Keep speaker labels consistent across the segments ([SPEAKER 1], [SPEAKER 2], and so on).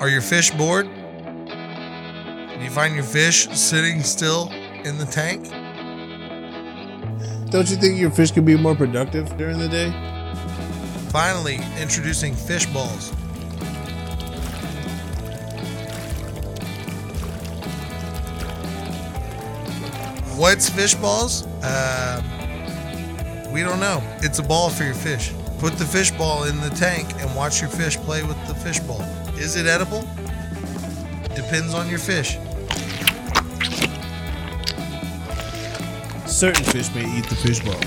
[SPEAKER 1] Are your fish bored? Do you find your fish sitting still in the tank?
[SPEAKER 2] Don't you think your fish could be more productive during the day?
[SPEAKER 1] Finally, introducing fish balls. What's fish balls? Uh, we don't know. It's a ball for your fish. Put the fish ball in the tank and watch your fish play with the fish ball. Is it edible? Depends on your fish.
[SPEAKER 2] Certain fish may eat the fish ball.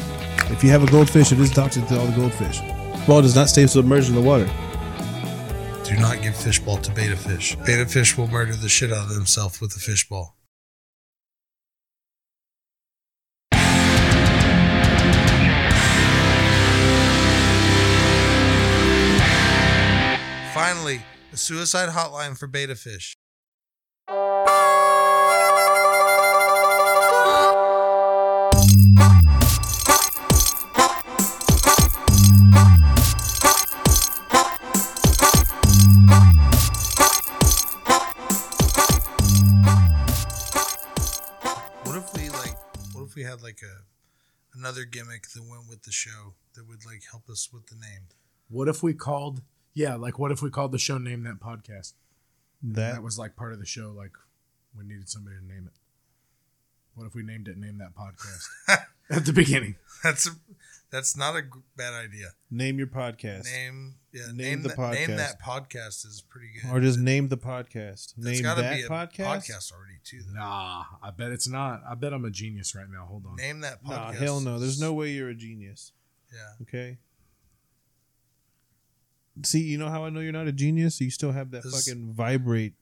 [SPEAKER 2] If you have a goldfish, it is toxic to all the goldfish. Ball does not stay submerged in the water.
[SPEAKER 1] Do not give fish ball to beta fish. Beta fish will murder the shit out of himself with a fish ball. Finally, a suicide hotline for beta fish. What if we like? What if we had like a another gimmick that went with the show that would like help us with the name?
[SPEAKER 3] What if we called? Yeah, like what if we called the show "Name That Podcast"?
[SPEAKER 2] That,
[SPEAKER 3] That was like part of the show. Like we needed somebody to name it. What if we named it "Name That Podcast" at the beginning?
[SPEAKER 1] That's a, that's not a g- bad idea.
[SPEAKER 2] name your podcast,
[SPEAKER 1] Name yeah, name,
[SPEAKER 2] Name
[SPEAKER 1] the
[SPEAKER 2] the
[SPEAKER 1] that, name
[SPEAKER 2] podcast.
[SPEAKER 1] that podcast is pretty good.
[SPEAKER 2] or just name the podcast.
[SPEAKER 1] It's
[SPEAKER 2] name
[SPEAKER 1] gotta
[SPEAKER 2] that
[SPEAKER 1] be a
[SPEAKER 2] podcast.
[SPEAKER 1] podcast already too. Though.
[SPEAKER 3] Nah, I bet it's not. I bet I'm a genius right now. Hold on.
[SPEAKER 1] Name that
[SPEAKER 2] No,
[SPEAKER 1] podcast.
[SPEAKER 2] hell no. There's
[SPEAKER 1] is-
[SPEAKER 2] no way you're a genius.
[SPEAKER 1] Yeah,
[SPEAKER 2] Okay. See, you know how I know you're not a genius? You still have that
[SPEAKER 1] This-
[SPEAKER 2] fucking vibrate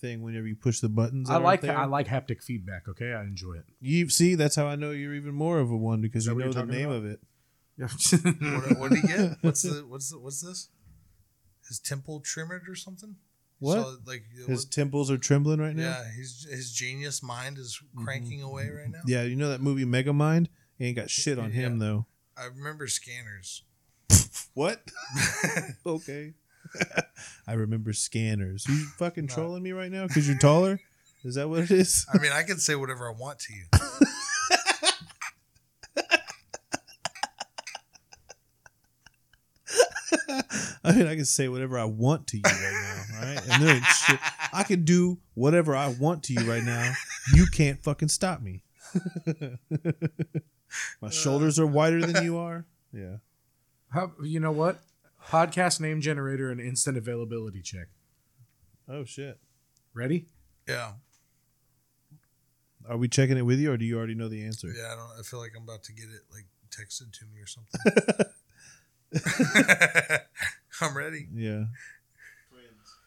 [SPEAKER 2] thing whenever you push the buttons. that
[SPEAKER 3] I
[SPEAKER 2] aren't
[SPEAKER 3] like
[SPEAKER 2] there.
[SPEAKER 3] I like haptic feedback. Okay, I enjoy it.
[SPEAKER 2] You see, that's how I know you're even more of a one because
[SPEAKER 3] that
[SPEAKER 2] you
[SPEAKER 3] what
[SPEAKER 2] know
[SPEAKER 3] you're
[SPEAKER 2] the
[SPEAKER 3] talking
[SPEAKER 2] name
[SPEAKER 3] about?
[SPEAKER 2] of
[SPEAKER 1] what,
[SPEAKER 2] it.
[SPEAKER 1] what did he get? What's the what's the, what's this? His temple trimmed or something?
[SPEAKER 2] What?
[SPEAKER 1] So, like
[SPEAKER 2] His
[SPEAKER 1] what-
[SPEAKER 2] temples are trembling right now.
[SPEAKER 1] yeah, his his genius mind is cranking away right now.
[SPEAKER 2] Mm-hmm, Yeah, you know that movie Megamind? He ain't got shit on him
[SPEAKER 1] Yeah.
[SPEAKER 2] though.
[SPEAKER 1] I remember scanners.
[SPEAKER 2] What? okay. I remember scanners. You fucking
[SPEAKER 1] No.
[SPEAKER 2] trolling me right now because you're taller? Is that what it is?
[SPEAKER 1] I mean, I can say whatever I want to you.
[SPEAKER 2] I mean, I can say whatever I want to you right now, all right? And there ain't Oh, shit. I can do whatever I want to you right now. You can't fucking stop me. My shoulders
[SPEAKER 1] Uh.
[SPEAKER 2] are wider than you are. Yeah.
[SPEAKER 3] How, you know what? Podcast name generator and instant availability check.
[SPEAKER 2] Oh shit.
[SPEAKER 3] Ready?
[SPEAKER 1] Yeah,
[SPEAKER 2] Are we checking it with you, or do you already know the answer?
[SPEAKER 1] yeah. I don't. I feel like I'm about to get it like texted to me or something. I'm ready.
[SPEAKER 2] Yeah.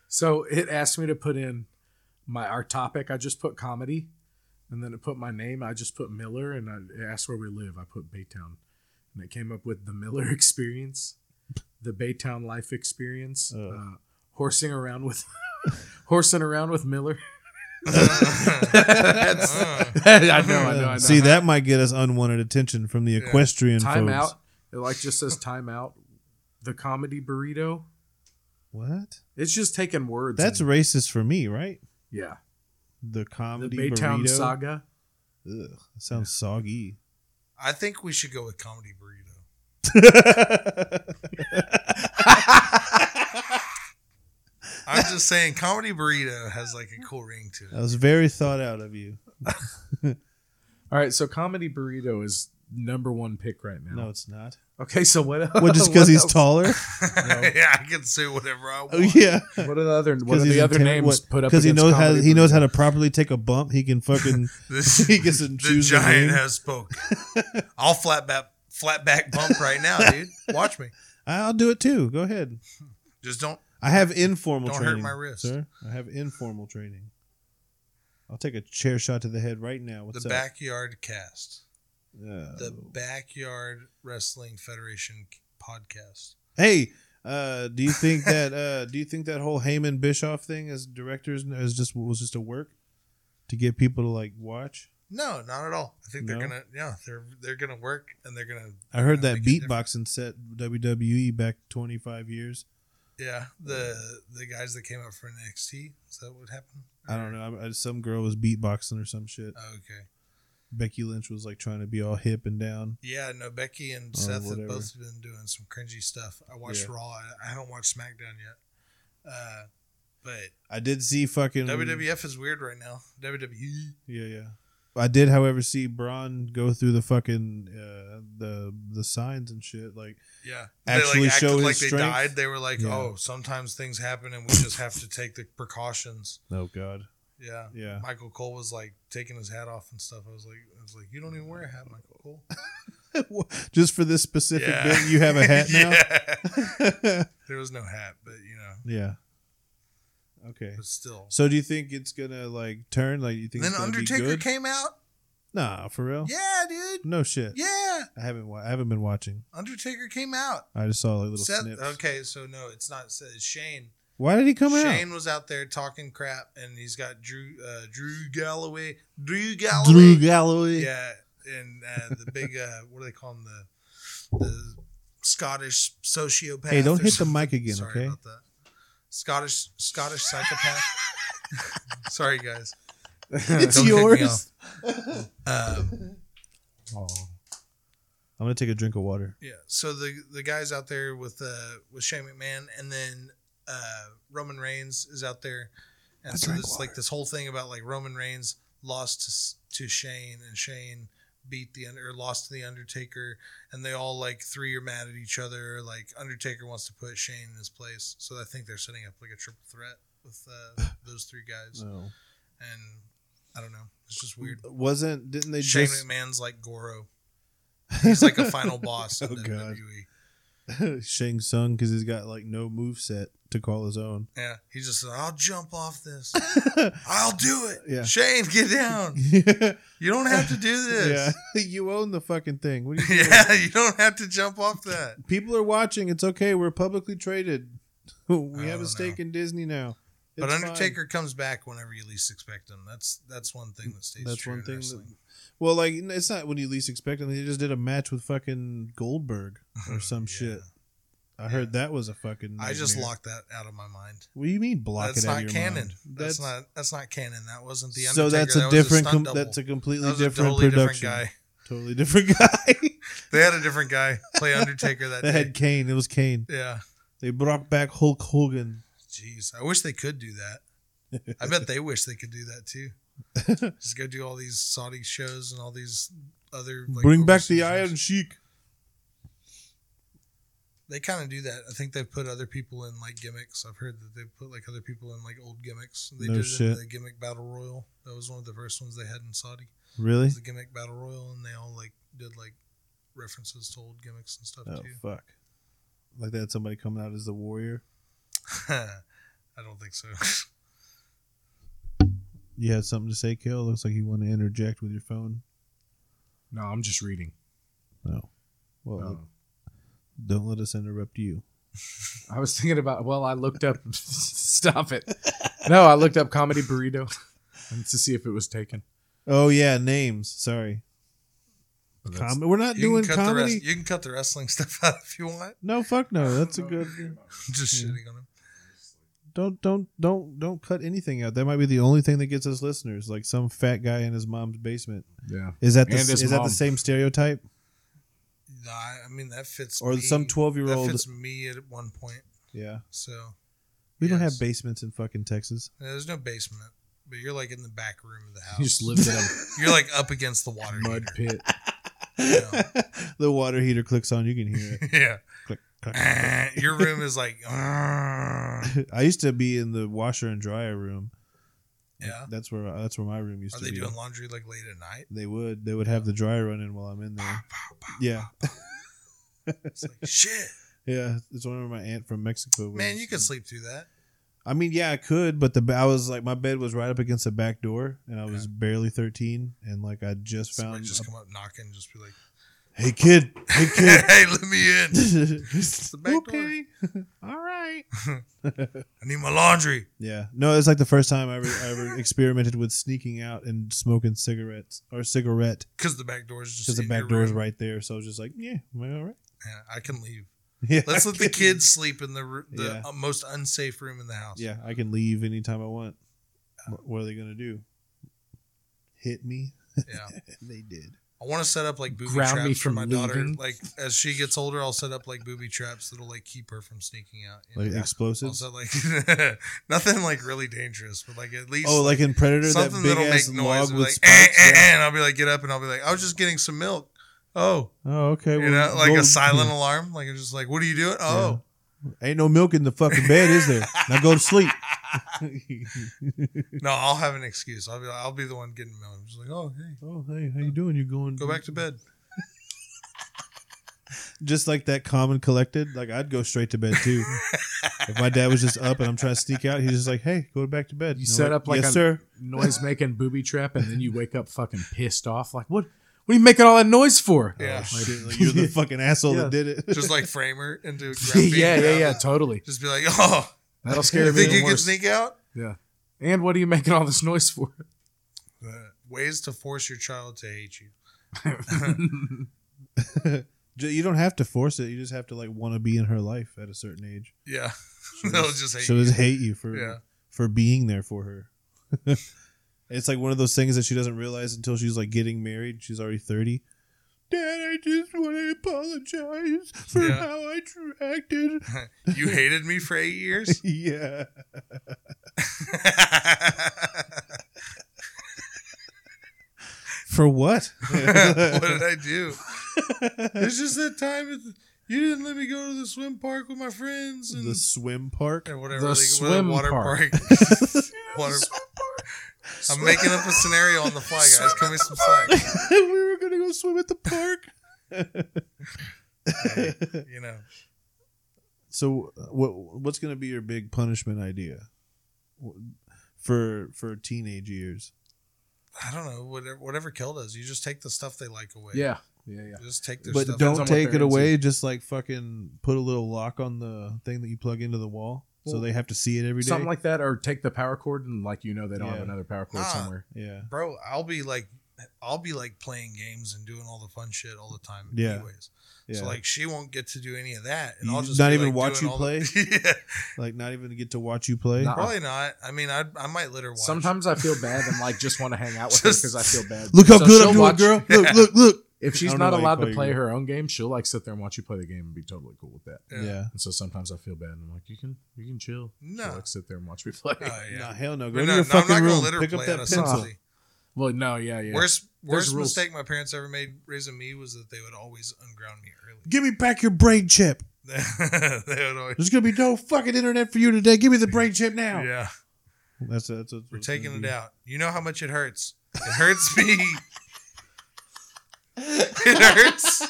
[SPEAKER 3] So it asked me to put in my our topic. I just put comedy, and then it put my name. I just put Miller, and I, it asked where we live. I put Baytown, and it came up with the Miller Experience, the Baytown Life Experience, uh,
[SPEAKER 2] Uh.
[SPEAKER 3] horsing around with, horsing around with Miller.
[SPEAKER 1] Uh,
[SPEAKER 3] I know, I know, I know.
[SPEAKER 2] See, that might get us unwanted attention from the equestrian
[SPEAKER 3] time
[SPEAKER 2] folks.
[SPEAKER 3] out. It like just says time out. The comedy burrito.
[SPEAKER 2] What?
[SPEAKER 3] It's just taking words.
[SPEAKER 2] That's
[SPEAKER 3] and-
[SPEAKER 2] racist for me, right?
[SPEAKER 3] yeah.
[SPEAKER 2] The
[SPEAKER 3] The
[SPEAKER 2] comedy
[SPEAKER 3] Baytown
[SPEAKER 2] burrito.
[SPEAKER 3] Saga.
[SPEAKER 2] Ugh, that sounds soggy.
[SPEAKER 1] I think we should go with comedy burrito. I'm just saying, comedy burrito has like a cool ring to
[SPEAKER 2] That
[SPEAKER 1] it.
[SPEAKER 2] was very thought out of you.
[SPEAKER 3] All right, so comedy burrito is number one pick right now.
[SPEAKER 2] No, it's not.
[SPEAKER 3] Okay, so what? else?
[SPEAKER 2] Well, just because
[SPEAKER 3] what
[SPEAKER 2] he's
[SPEAKER 3] else?
[SPEAKER 2] taller.
[SPEAKER 1] yeah, I can say whatever I want.
[SPEAKER 2] Oh yeah,
[SPEAKER 3] What are the other? What
[SPEAKER 2] because
[SPEAKER 3] are
[SPEAKER 2] he's
[SPEAKER 3] the
[SPEAKER 2] a
[SPEAKER 3] other
[SPEAKER 2] ter-
[SPEAKER 3] names
[SPEAKER 2] what-
[SPEAKER 3] put up?
[SPEAKER 2] he
[SPEAKER 3] against
[SPEAKER 2] knows how
[SPEAKER 3] comedy
[SPEAKER 2] he knows how
[SPEAKER 3] burrito?
[SPEAKER 2] to properly take a bump. He can fucking
[SPEAKER 1] This,
[SPEAKER 2] he gets to
[SPEAKER 1] the
[SPEAKER 2] choose the
[SPEAKER 1] giant
[SPEAKER 2] name.
[SPEAKER 1] has spoken. I'll flat back, flat back bump right now, dude. Watch me.
[SPEAKER 2] I'll do it too. Go ahead.
[SPEAKER 1] Just don't.
[SPEAKER 2] I have informal
[SPEAKER 1] Don't hurt
[SPEAKER 2] training.
[SPEAKER 1] my wrist.
[SPEAKER 2] Sir. I have informal training. I'll take a chair shot to the head right now. What's
[SPEAKER 1] the
[SPEAKER 2] up?
[SPEAKER 1] backyard cast,
[SPEAKER 2] Uh,
[SPEAKER 1] the backyard wrestling federation podcast.
[SPEAKER 2] hey, uh, do you think that uh, do you think that whole Heyman Bischoff thing as directors is just was just a work to get people to like watch?
[SPEAKER 1] No, not at all. I think they're
[SPEAKER 2] No?
[SPEAKER 1] gonna. Yeah, they're they're gonna work and they're gonna.
[SPEAKER 2] I heard
[SPEAKER 1] Yeah,
[SPEAKER 2] that
[SPEAKER 1] make a difference.
[SPEAKER 2] beatboxing set WWE back 25 E years.
[SPEAKER 1] Yeah, the the guys that came up for NXT is that what happened?
[SPEAKER 2] I don't know. I, I, some girl was beatboxing or some shit.
[SPEAKER 1] Okay.
[SPEAKER 2] Becky Lynch was like trying to be all hip and down.
[SPEAKER 1] Yeah, no. Becky and
[SPEAKER 2] Or
[SPEAKER 1] Seth
[SPEAKER 2] whatever.
[SPEAKER 1] have both been doing some cringy stuff. I watched
[SPEAKER 2] Yeah.
[SPEAKER 1] Raw. I, I haven't watched SmackDown yet. Uh, but
[SPEAKER 2] I did see fucking
[SPEAKER 1] WWF is weird right now. E. WWE.
[SPEAKER 2] Yeah, yeah. I did, however, see Braun go through the fucking uh, the the signs and shit. Like,
[SPEAKER 1] Yeah, they
[SPEAKER 2] Actually
[SPEAKER 1] like
[SPEAKER 2] show
[SPEAKER 1] acted
[SPEAKER 2] his
[SPEAKER 1] like they
[SPEAKER 2] strength?
[SPEAKER 1] died. They were like,
[SPEAKER 2] Yeah.
[SPEAKER 1] "Oh, sometimes things happen, and we just have to take the precautions."
[SPEAKER 2] oh god,
[SPEAKER 1] Yeah.
[SPEAKER 2] yeah.
[SPEAKER 1] Michael Cole was like taking his hat off and stuff. I was like, I was like, you don't even wear a hat, Michael Cole.
[SPEAKER 2] Just for this specific
[SPEAKER 1] Yeah.
[SPEAKER 2] bit, you have a hat now.
[SPEAKER 1] yeah,
[SPEAKER 2] yeah.
[SPEAKER 1] there was no hat, but you know,
[SPEAKER 2] Okay.
[SPEAKER 1] but still.
[SPEAKER 2] So do you think it's gonna like turn? Like you think
[SPEAKER 1] then
[SPEAKER 2] it's gonna be
[SPEAKER 1] Undertaker
[SPEAKER 2] good? Oh.
[SPEAKER 1] came out.
[SPEAKER 2] nah, for real.
[SPEAKER 1] Yeah, dude.
[SPEAKER 2] No shit.
[SPEAKER 1] Yeah,
[SPEAKER 2] I haven't. Wa- I haven't been watching.
[SPEAKER 1] Undertaker came out.
[SPEAKER 2] I just saw like little
[SPEAKER 1] Seth,
[SPEAKER 2] snips.
[SPEAKER 1] okay, so no, it's not. Seth, It's Shane.
[SPEAKER 2] Why did he come
[SPEAKER 1] Shane
[SPEAKER 2] out?
[SPEAKER 1] was out there talking crap, and he's got Drew uh, Drew Galloway. Drew Galloway.
[SPEAKER 2] Drew Galloway.
[SPEAKER 1] Yeah, and uh, the big uh, what do they call him? The the Scottish sociopath.
[SPEAKER 2] Hey, don't
[SPEAKER 1] or
[SPEAKER 2] hit the
[SPEAKER 1] something.
[SPEAKER 2] mic again,
[SPEAKER 1] Sorry
[SPEAKER 2] okay?
[SPEAKER 1] about that. Scottish Scottish psychopath. Sorry, guys.
[SPEAKER 2] It's
[SPEAKER 1] Don't kick me
[SPEAKER 2] yours.
[SPEAKER 1] Uh,
[SPEAKER 2] Oh. I'm gonna take a drink of water.
[SPEAKER 1] yeah. So the the guys out there with uh, with Shane McMahon, and then uh, Roman Reigns is out there, and
[SPEAKER 2] I
[SPEAKER 1] so
[SPEAKER 2] drank
[SPEAKER 1] it's
[SPEAKER 2] water.
[SPEAKER 1] like this whole thing about like Roman Reigns lost to, S- to Shane, and Shane beat the under or lost to the Undertaker, and they all like three are mad at each other. Like Undertaker wants to put Shane in his place, so I think they're setting up like a triple threat with uh, those three guys,
[SPEAKER 2] No.
[SPEAKER 1] and I don't know. It's just weird.
[SPEAKER 2] Wasn't didn't they
[SPEAKER 1] Shane
[SPEAKER 2] just
[SPEAKER 1] McMahon's like Goro. He's like a final boss in E.
[SPEAKER 2] Oh, God.
[SPEAKER 1] WWE.
[SPEAKER 2] Shang Tsung because he's got like no move set to call his own.
[SPEAKER 1] Yeah, he just said, "I'll jump off this. I'll do it."
[SPEAKER 2] Yeah.
[SPEAKER 1] Shane, get down.
[SPEAKER 2] yeah,
[SPEAKER 1] You don't have to do this.
[SPEAKER 2] you own the fucking thing. What are you
[SPEAKER 1] Yeah,
[SPEAKER 2] doing?
[SPEAKER 1] you don't have to jump off that.
[SPEAKER 2] People are watching. It's okay. We're publicly traded. We have
[SPEAKER 1] don't
[SPEAKER 2] a stake in Disney now.
[SPEAKER 1] Oh, but
[SPEAKER 2] It's fine.
[SPEAKER 1] Undertaker comes back whenever you least expect him. That's that's one thing that stays
[SPEAKER 2] That's
[SPEAKER 1] true.
[SPEAKER 2] one
[SPEAKER 1] in
[SPEAKER 2] thing that-
[SPEAKER 1] wrestling.
[SPEAKER 2] Well, like it's not when you least expect. it. They just did a match with fucking Goldberg or some
[SPEAKER 1] Yeah.
[SPEAKER 2] shit. I heard that was a fucking.
[SPEAKER 1] I just
[SPEAKER 2] nightmare.
[SPEAKER 1] locked that out of my mind.
[SPEAKER 2] What do you mean block
[SPEAKER 1] That's
[SPEAKER 2] it out
[SPEAKER 1] not
[SPEAKER 2] of your
[SPEAKER 1] canon.
[SPEAKER 2] mind?
[SPEAKER 1] That's, not that's not canon. That wasn't the Undertaker.
[SPEAKER 2] so that's a
[SPEAKER 1] That was
[SPEAKER 2] different.
[SPEAKER 1] stunt double.
[SPEAKER 2] that's a completely
[SPEAKER 1] That was
[SPEAKER 2] different
[SPEAKER 1] totally
[SPEAKER 2] production.
[SPEAKER 1] different guy.
[SPEAKER 2] Totally different guy.
[SPEAKER 1] They had a different guy play Undertaker that
[SPEAKER 2] They
[SPEAKER 1] day.
[SPEAKER 2] had Kane. It was Kane.
[SPEAKER 1] Yeah.
[SPEAKER 2] They brought back Hulk Hogan.
[SPEAKER 1] Jeez, I wish they could do that. I bet they wish they could do that too. Just go do all these Saudi shows and all these other. Like,
[SPEAKER 2] Bring back the
[SPEAKER 1] overseas
[SPEAKER 2] Iron
[SPEAKER 1] shows.
[SPEAKER 2] Sheik.
[SPEAKER 1] They kind of do that. I think they've put other people in like gimmicks. I've heard that they've put like other people in like old gimmicks. They
[SPEAKER 2] No
[SPEAKER 1] did it
[SPEAKER 2] shit.
[SPEAKER 1] in the gimmick battle royal. That was one of the first ones they had in Saudi. It
[SPEAKER 2] Really?
[SPEAKER 1] was the gimmick battle royal, and they all like did like references to old gimmicks and stuff
[SPEAKER 2] Oh
[SPEAKER 1] too.
[SPEAKER 2] fuck! Like that, somebody coming out as the warrior.
[SPEAKER 1] I don't think so.
[SPEAKER 2] You had something to say, Kale? Looks like you want to interject with your phone.
[SPEAKER 3] No, I'm just reading. Um,
[SPEAKER 2] No. Well,
[SPEAKER 3] No.
[SPEAKER 2] don't let us interrupt you.
[SPEAKER 3] I was thinking about. Well, I looked up. stop it. No, I looked up comedy burrito to see if it was taken.
[SPEAKER 2] Oh yeah, names. Sorry.
[SPEAKER 3] But that's-
[SPEAKER 2] Com- we're not
[SPEAKER 1] You
[SPEAKER 2] doing
[SPEAKER 1] can cut the
[SPEAKER 2] comedy.
[SPEAKER 1] rest, you can cut the wrestling stuff out if you want.
[SPEAKER 2] no, fuck no. That's a good.
[SPEAKER 1] Just
[SPEAKER 2] Yeah.
[SPEAKER 1] shitting on him.
[SPEAKER 2] Don't don't don't don't cut anything out. That might be the only thing that gets us listeners. Like some fat guy in his mom's basement.
[SPEAKER 3] yeah.
[SPEAKER 2] Is that the,
[SPEAKER 3] And his
[SPEAKER 2] is that
[SPEAKER 3] mom.
[SPEAKER 2] the same stereotype?
[SPEAKER 1] No, I, I mean that fits.
[SPEAKER 2] Or
[SPEAKER 1] me.
[SPEAKER 2] some twelve year
[SPEAKER 1] that
[SPEAKER 2] old?
[SPEAKER 1] fits me at one point.
[SPEAKER 2] Yeah.
[SPEAKER 1] So
[SPEAKER 2] We don't
[SPEAKER 1] Yes.
[SPEAKER 2] have basements in fucking Texas.
[SPEAKER 1] yeah, there's no basement, but you're like in the back room of the
[SPEAKER 3] You
[SPEAKER 1] house.
[SPEAKER 3] just lived in a
[SPEAKER 1] You're like up against the water.
[SPEAKER 3] mud pit.
[SPEAKER 1] Yeah.
[SPEAKER 2] the water heater clicks on, you can hear it.
[SPEAKER 1] heater.
[SPEAKER 2] click, click.
[SPEAKER 1] yeah, your room is like. yeah,
[SPEAKER 2] I used to be in the washer and dryer room.
[SPEAKER 1] Yeah.
[SPEAKER 2] that's where that's where my room used
[SPEAKER 1] are
[SPEAKER 2] to
[SPEAKER 1] they
[SPEAKER 2] be.
[SPEAKER 1] doing laundry like late at night?
[SPEAKER 2] they would they would have the dryer running while I'm in there. Yeah,
[SPEAKER 1] It's like shit,
[SPEAKER 2] yeah. It's whenever my aunt from Mexico. Was.
[SPEAKER 1] man. You could sleep through that.
[SPEAKER 2] I mean, yeah, I could, but the ba- I was like my bed was right up against the back door, and I was barely thirteen, and like I just
[SPEAKER 1] Somebody
[SPEAKER 2] found.
[SPEAKER 1] just come up knocking, and just be like,
[SPEAKER 2] hey kid, hey kid.
[SPEAKER 1] "Hey, let me in. the back door.
[SPEAKER 2] okay, all right.
[SPEAKER 1] I need my laundry."
[SPEAKER 2] Yeah. No, it's like the first time I ever, I ever experimented with sneaking out and smoking cigarettes or cigarette
[SPEAKER 1] Because the back door is just
[SPEAKER 2] because the
[SPEAKER 1] in
[SPEAKER 2] back
[SPEAKER 1] your
[SPEAKER 2] door is
[SPEAKER 1] room.
[SPEAKER 2] right there. So I was just like, yeah, well, all right.
[SPEAKER 1] Yeah, I can leave.
[SPEAKER 2] Yeah,
[SPEAKER 1] Let's let the kids sleep in the ru- the
[SPEAKER 2] Yeah.
[SPEAKER 1] uh, most unsafe room in the house.
[SPEAKER 2] Yeah, I can leave anytime I want. Wh- What are they gonna do? Hit me?
[SPEAKER 1] Yeah.
[SPEAKER 2] they did.
[SPEAKER 1] I want to set up like booby
[SPEAKER 3] Ground me
[SPEAKER 1] traps for
[SPEAKER 3] from
[SPEAKER 1] my daughter.
[SPEAKER 3] leaving.
[SPEAKER 1] Like as she gets older, I'll set up like booby traps that'll like keep her from sneaking out. you
[SPEAKER 2] Like
[SPEAKER 1] know? I'll
[SPEAKER 2] explosives?
[SPEAKER 1] set like nothing like really dangerous, but like at least
[SPEAKER 2] Oh, like in Predator, that
[SPEAKER 1] something
[SPEAKER 2] big
[SPEAKER 1] that'll
[SPEAKER 2] ass
[SPEAKER 1] make
[SPEAKER 2] log
[SPEAKER 1] noise. and be
[SPEAKER 2] with
[SPEAKER 1] Like, eh,
[SPEAKER 2] spikes.
[SPEAKER 1] eh,
[SPEAKER 2] yeah.
[SPEAKER 1] eh," and I'll be like, get up, and I'll be like, I was just getting some milk. Oh,
[SPEAKER 2] Oh, okay.
[SPEAKER 1] you
[SPEAKER 2] well,
[SPEAKER 1] know, like
[SPEAKER 2] go-
[SPEAKER 1] a silent alarm. Like it's just like, what are you doing? Oh,
[SPEAKER 2] Ain't no milk in the fucking bed, is there? Now go to sleep.
[SPEAKER 1] no, I'll have an excuse. I'll be like, I'll be the one getting milk. I'm just like, oh hey,
[SPEAKER 2] oh, hey, how you doing? You going?
[SPEAKER 1] go back to bed.
[SPEAKER 2] Just like that, calm and collected. Like I'd go straight to bed too. if my dad was just up and I'm trying to sneak out, he's just like, "Hey, go back to bed."
[SPEAKER 3] You
[SPEAKER 2] And I'm
[SPEAKER 3] set up like
[SPEAKER 2] yes,
[SPEAKER 3] a-
[SPEAKER 2] sir.
[SPEAKER 3] noise making booby trap, and then you wake up fucking pissed off. Like what? What are you making all that noise for?
[SPEAKER 1] Yeah,
[SPEAKER 2] Like, like, you're the fucking asshole that did it.
[SPEAKER 1] just like Framer into Grumpy.
[SPEAKER 3] yeah, yeah,
[SPEAKER 1] you know?
[SPEAKER 3] yeah. Totally.
[SPEAKER 1] Just be like, oh,
[SPEAKER 3] That'll
[SPEAKER 1] you
[SPEAKER 3] scare me.
[SPEAKER 1] think
[SPEAKER 3] even
[SPEAKER 1] you can
[SPEAKER 3] worse.
[SPEAKER 1] sneak out?
[SPEAKER 3] Yeah. And what are you making all this noise for?
[SPEAKER 1] Uh, ways to force your child to hate you.
[SPEAKER 2] J- you don't have to force it. You just have to like want to be in her life at a certain age.
[SPEAKER 1] Yeah, they'll just hate
[SPEAKER 2] She'll
[SPEAKER 1] you.
[SPEAKER 2] just hate you for
[SPEAKER 1] Yeah.
[SPEAKER 2] for being there for her. it's like one of those things that she doesn't realize until she's like getting married. She's already thirty. Dad, I just want to apologize for
[SPEAKER 1] Yeah.
[SPEAKER 2] how I tr- acted.
[SPEAKER 1] You hated me for eight years.
[SPEAKER 2] yeah, for what?
[SPEAKER 1] what did I do? It's just that time. At the, you didn't let me go to the swim park with my friends and,
[SPEAKER 2] the swim park.
[SPEAKER 1] and whatever
[SPEAKER 3] The
[SPEAKER 1] they-
[SPEAKER 3] swim
[SPEAKER 1] water
[SPEAKER 3] park.
[SPEAKER 1] water. I'm making up a scenario on the fly, guys. Come with some slack.
[SPEAKER 2] we were gonna go swim at the park.
[SPEAKER 1] Hey, you know,
[SPEAKER 2] So uh, what what's going to be your big punishment idea W- for for teenage years?
[SPEAKER 1] I don't know. Whatever, whatever Kel does, you just take the stuff they like away.
[SPEAKER 3] Yeah. Yeah, yeah.
[SPEAKER 1] just take their
[SPEAKER 2] but
[SPEAKER 1] stuff.
[SPEAKER 2] don't
[SPEAKER 3] on what
[SPEAKER 2] take it
[SPEAKER 3] they're
[SPEAKER 2] away. Just like fucking put a little lock on the thing that you plug into the wall, so
[SPEAKER 3] Well,
[SPEAKER 2] they have to see it every day.
[SPEAKER 3] Something like that, or take the power cord and like you know they don't
[SPEAKER 2] Yeah.
[SPEAKER 3] have another power cord
[SPEAKER 1] Ah.
[SPEAKER 3] somewhere.
[SPEAKER 2] yeah,
[SPEAKER 1] bro i'll be like i'll be like playing games and doing all the fun shit all the time
[SPEAKER 2] Yeah.
[SPEAKER 1] anyways
[SPEAKER 2] yeah.
[SPEAKER 1] so
[SPEAKER 2] like,
[SPEAKER 1] like she won't get to do any of that and
[SPEAKER 2] You
[SPEAKER 1] i'll
[SPEAKER 2] just
[SPEAKER 1] just
[SPEAKER 2] not
[SPEAKER 1] be,
[SPEAKER 2] even
[SPEAKER 1] like,
[SPEAKER 2] watch
[SPEAKER 1] doing
[SPEAKER 2] you
[SPEAKER 1] all the- yeah,
[SPEAKER 2] not even get to watch you play.
[SPEAKER 3] Nah.
[SPEAKER 1] probably not i mean i i might let her watch
[SPEAKER 3] Sometimes I feel bad and like just want to hang out with her
[SPEAKER 1] Just-
[SPEAKER 3] because I feel bad.
[SPEAKER 2] Look how
[SPEAKER 3] So
[SPEAKER 2] good
[SPEAKER 3] she'll
[SPEAKER 2] I'm doing,
[SPEAKER 3] watch-
[SPEAKER 2] girl. Look, look, look.
[SPEAKER 3] If
[SPEAKER 2] I
[SPEAKER 3] she's
[SPEAKER 2] don't
[SPEAKER 3] not
[SPEAKER 2] know why you
[SPEAKER 3] allowed
[SPEAKER 2] call
[SPEAKER 3] to
[SPEAKER 2] you
[SPEAKER 3] play
[SPEAKER 2] girl.
[SPEAKER 3] her own game, she'll like sit there and watch you play the game and be totally cool with that.
[SPEAKER 1] Yeah.
[SPEAKER 2] Yeah.
[SPEAKER 3] And so sometimes I feel bad and I'm like, you can you can chill.
[SPEAKER 1] No.
[SPEAKER 3] She'll, like sit there and watch me play.
[SPEAKER 1] Oh, yeah.
[SPEAKER 2] Nah, hell no. Go
[SPEAKER 1] Or
[SPEAKER 2] to
[SPEAKER 1] no,
[SPEAKER 2] your
[SPEAKER 1] no, i'm not
[SPEAKER 2] fucking
[SPEAKER 1] gonna
[SPEAKER 2] room.
[SPEAKER 1] let her
[SPEAKER 2] Pick
[SPEAKER 1] play
[SPEAKER 2] up
[SPEAKER 1] out
[SPEAKER 2] that
[SPEAKER 1] of
[SPEAKER 2] pencil.
[SPEAKER 1] necessity.
[SPEAKER 3] Well, no, yeah, yeah.
[SPEAKER 1] worst worst
[SPEAKER 3] rules.
[SPEAKER 1] mistake my parents ever made raising me was that they would always unground me early
[SPEAKER 2] Give me back your brain chip.
[SPEAKER 1] they would always
[SPEAKER 2] There's gonna be no fucking internet for you today. Give me the brain chip now.
[SPEAKER 1] yeah
[SPEAKER 2] That's that's. that's
[SPEAKER 1] we're
[SPEAKER 2] what's gonna
[SPEAKER 1] taking
[SPEAKER 2] be.
[SPEAKER 3] Mm-hmm.
[SPEAKER 1] it out you know how much it hurts it hurts me it hurts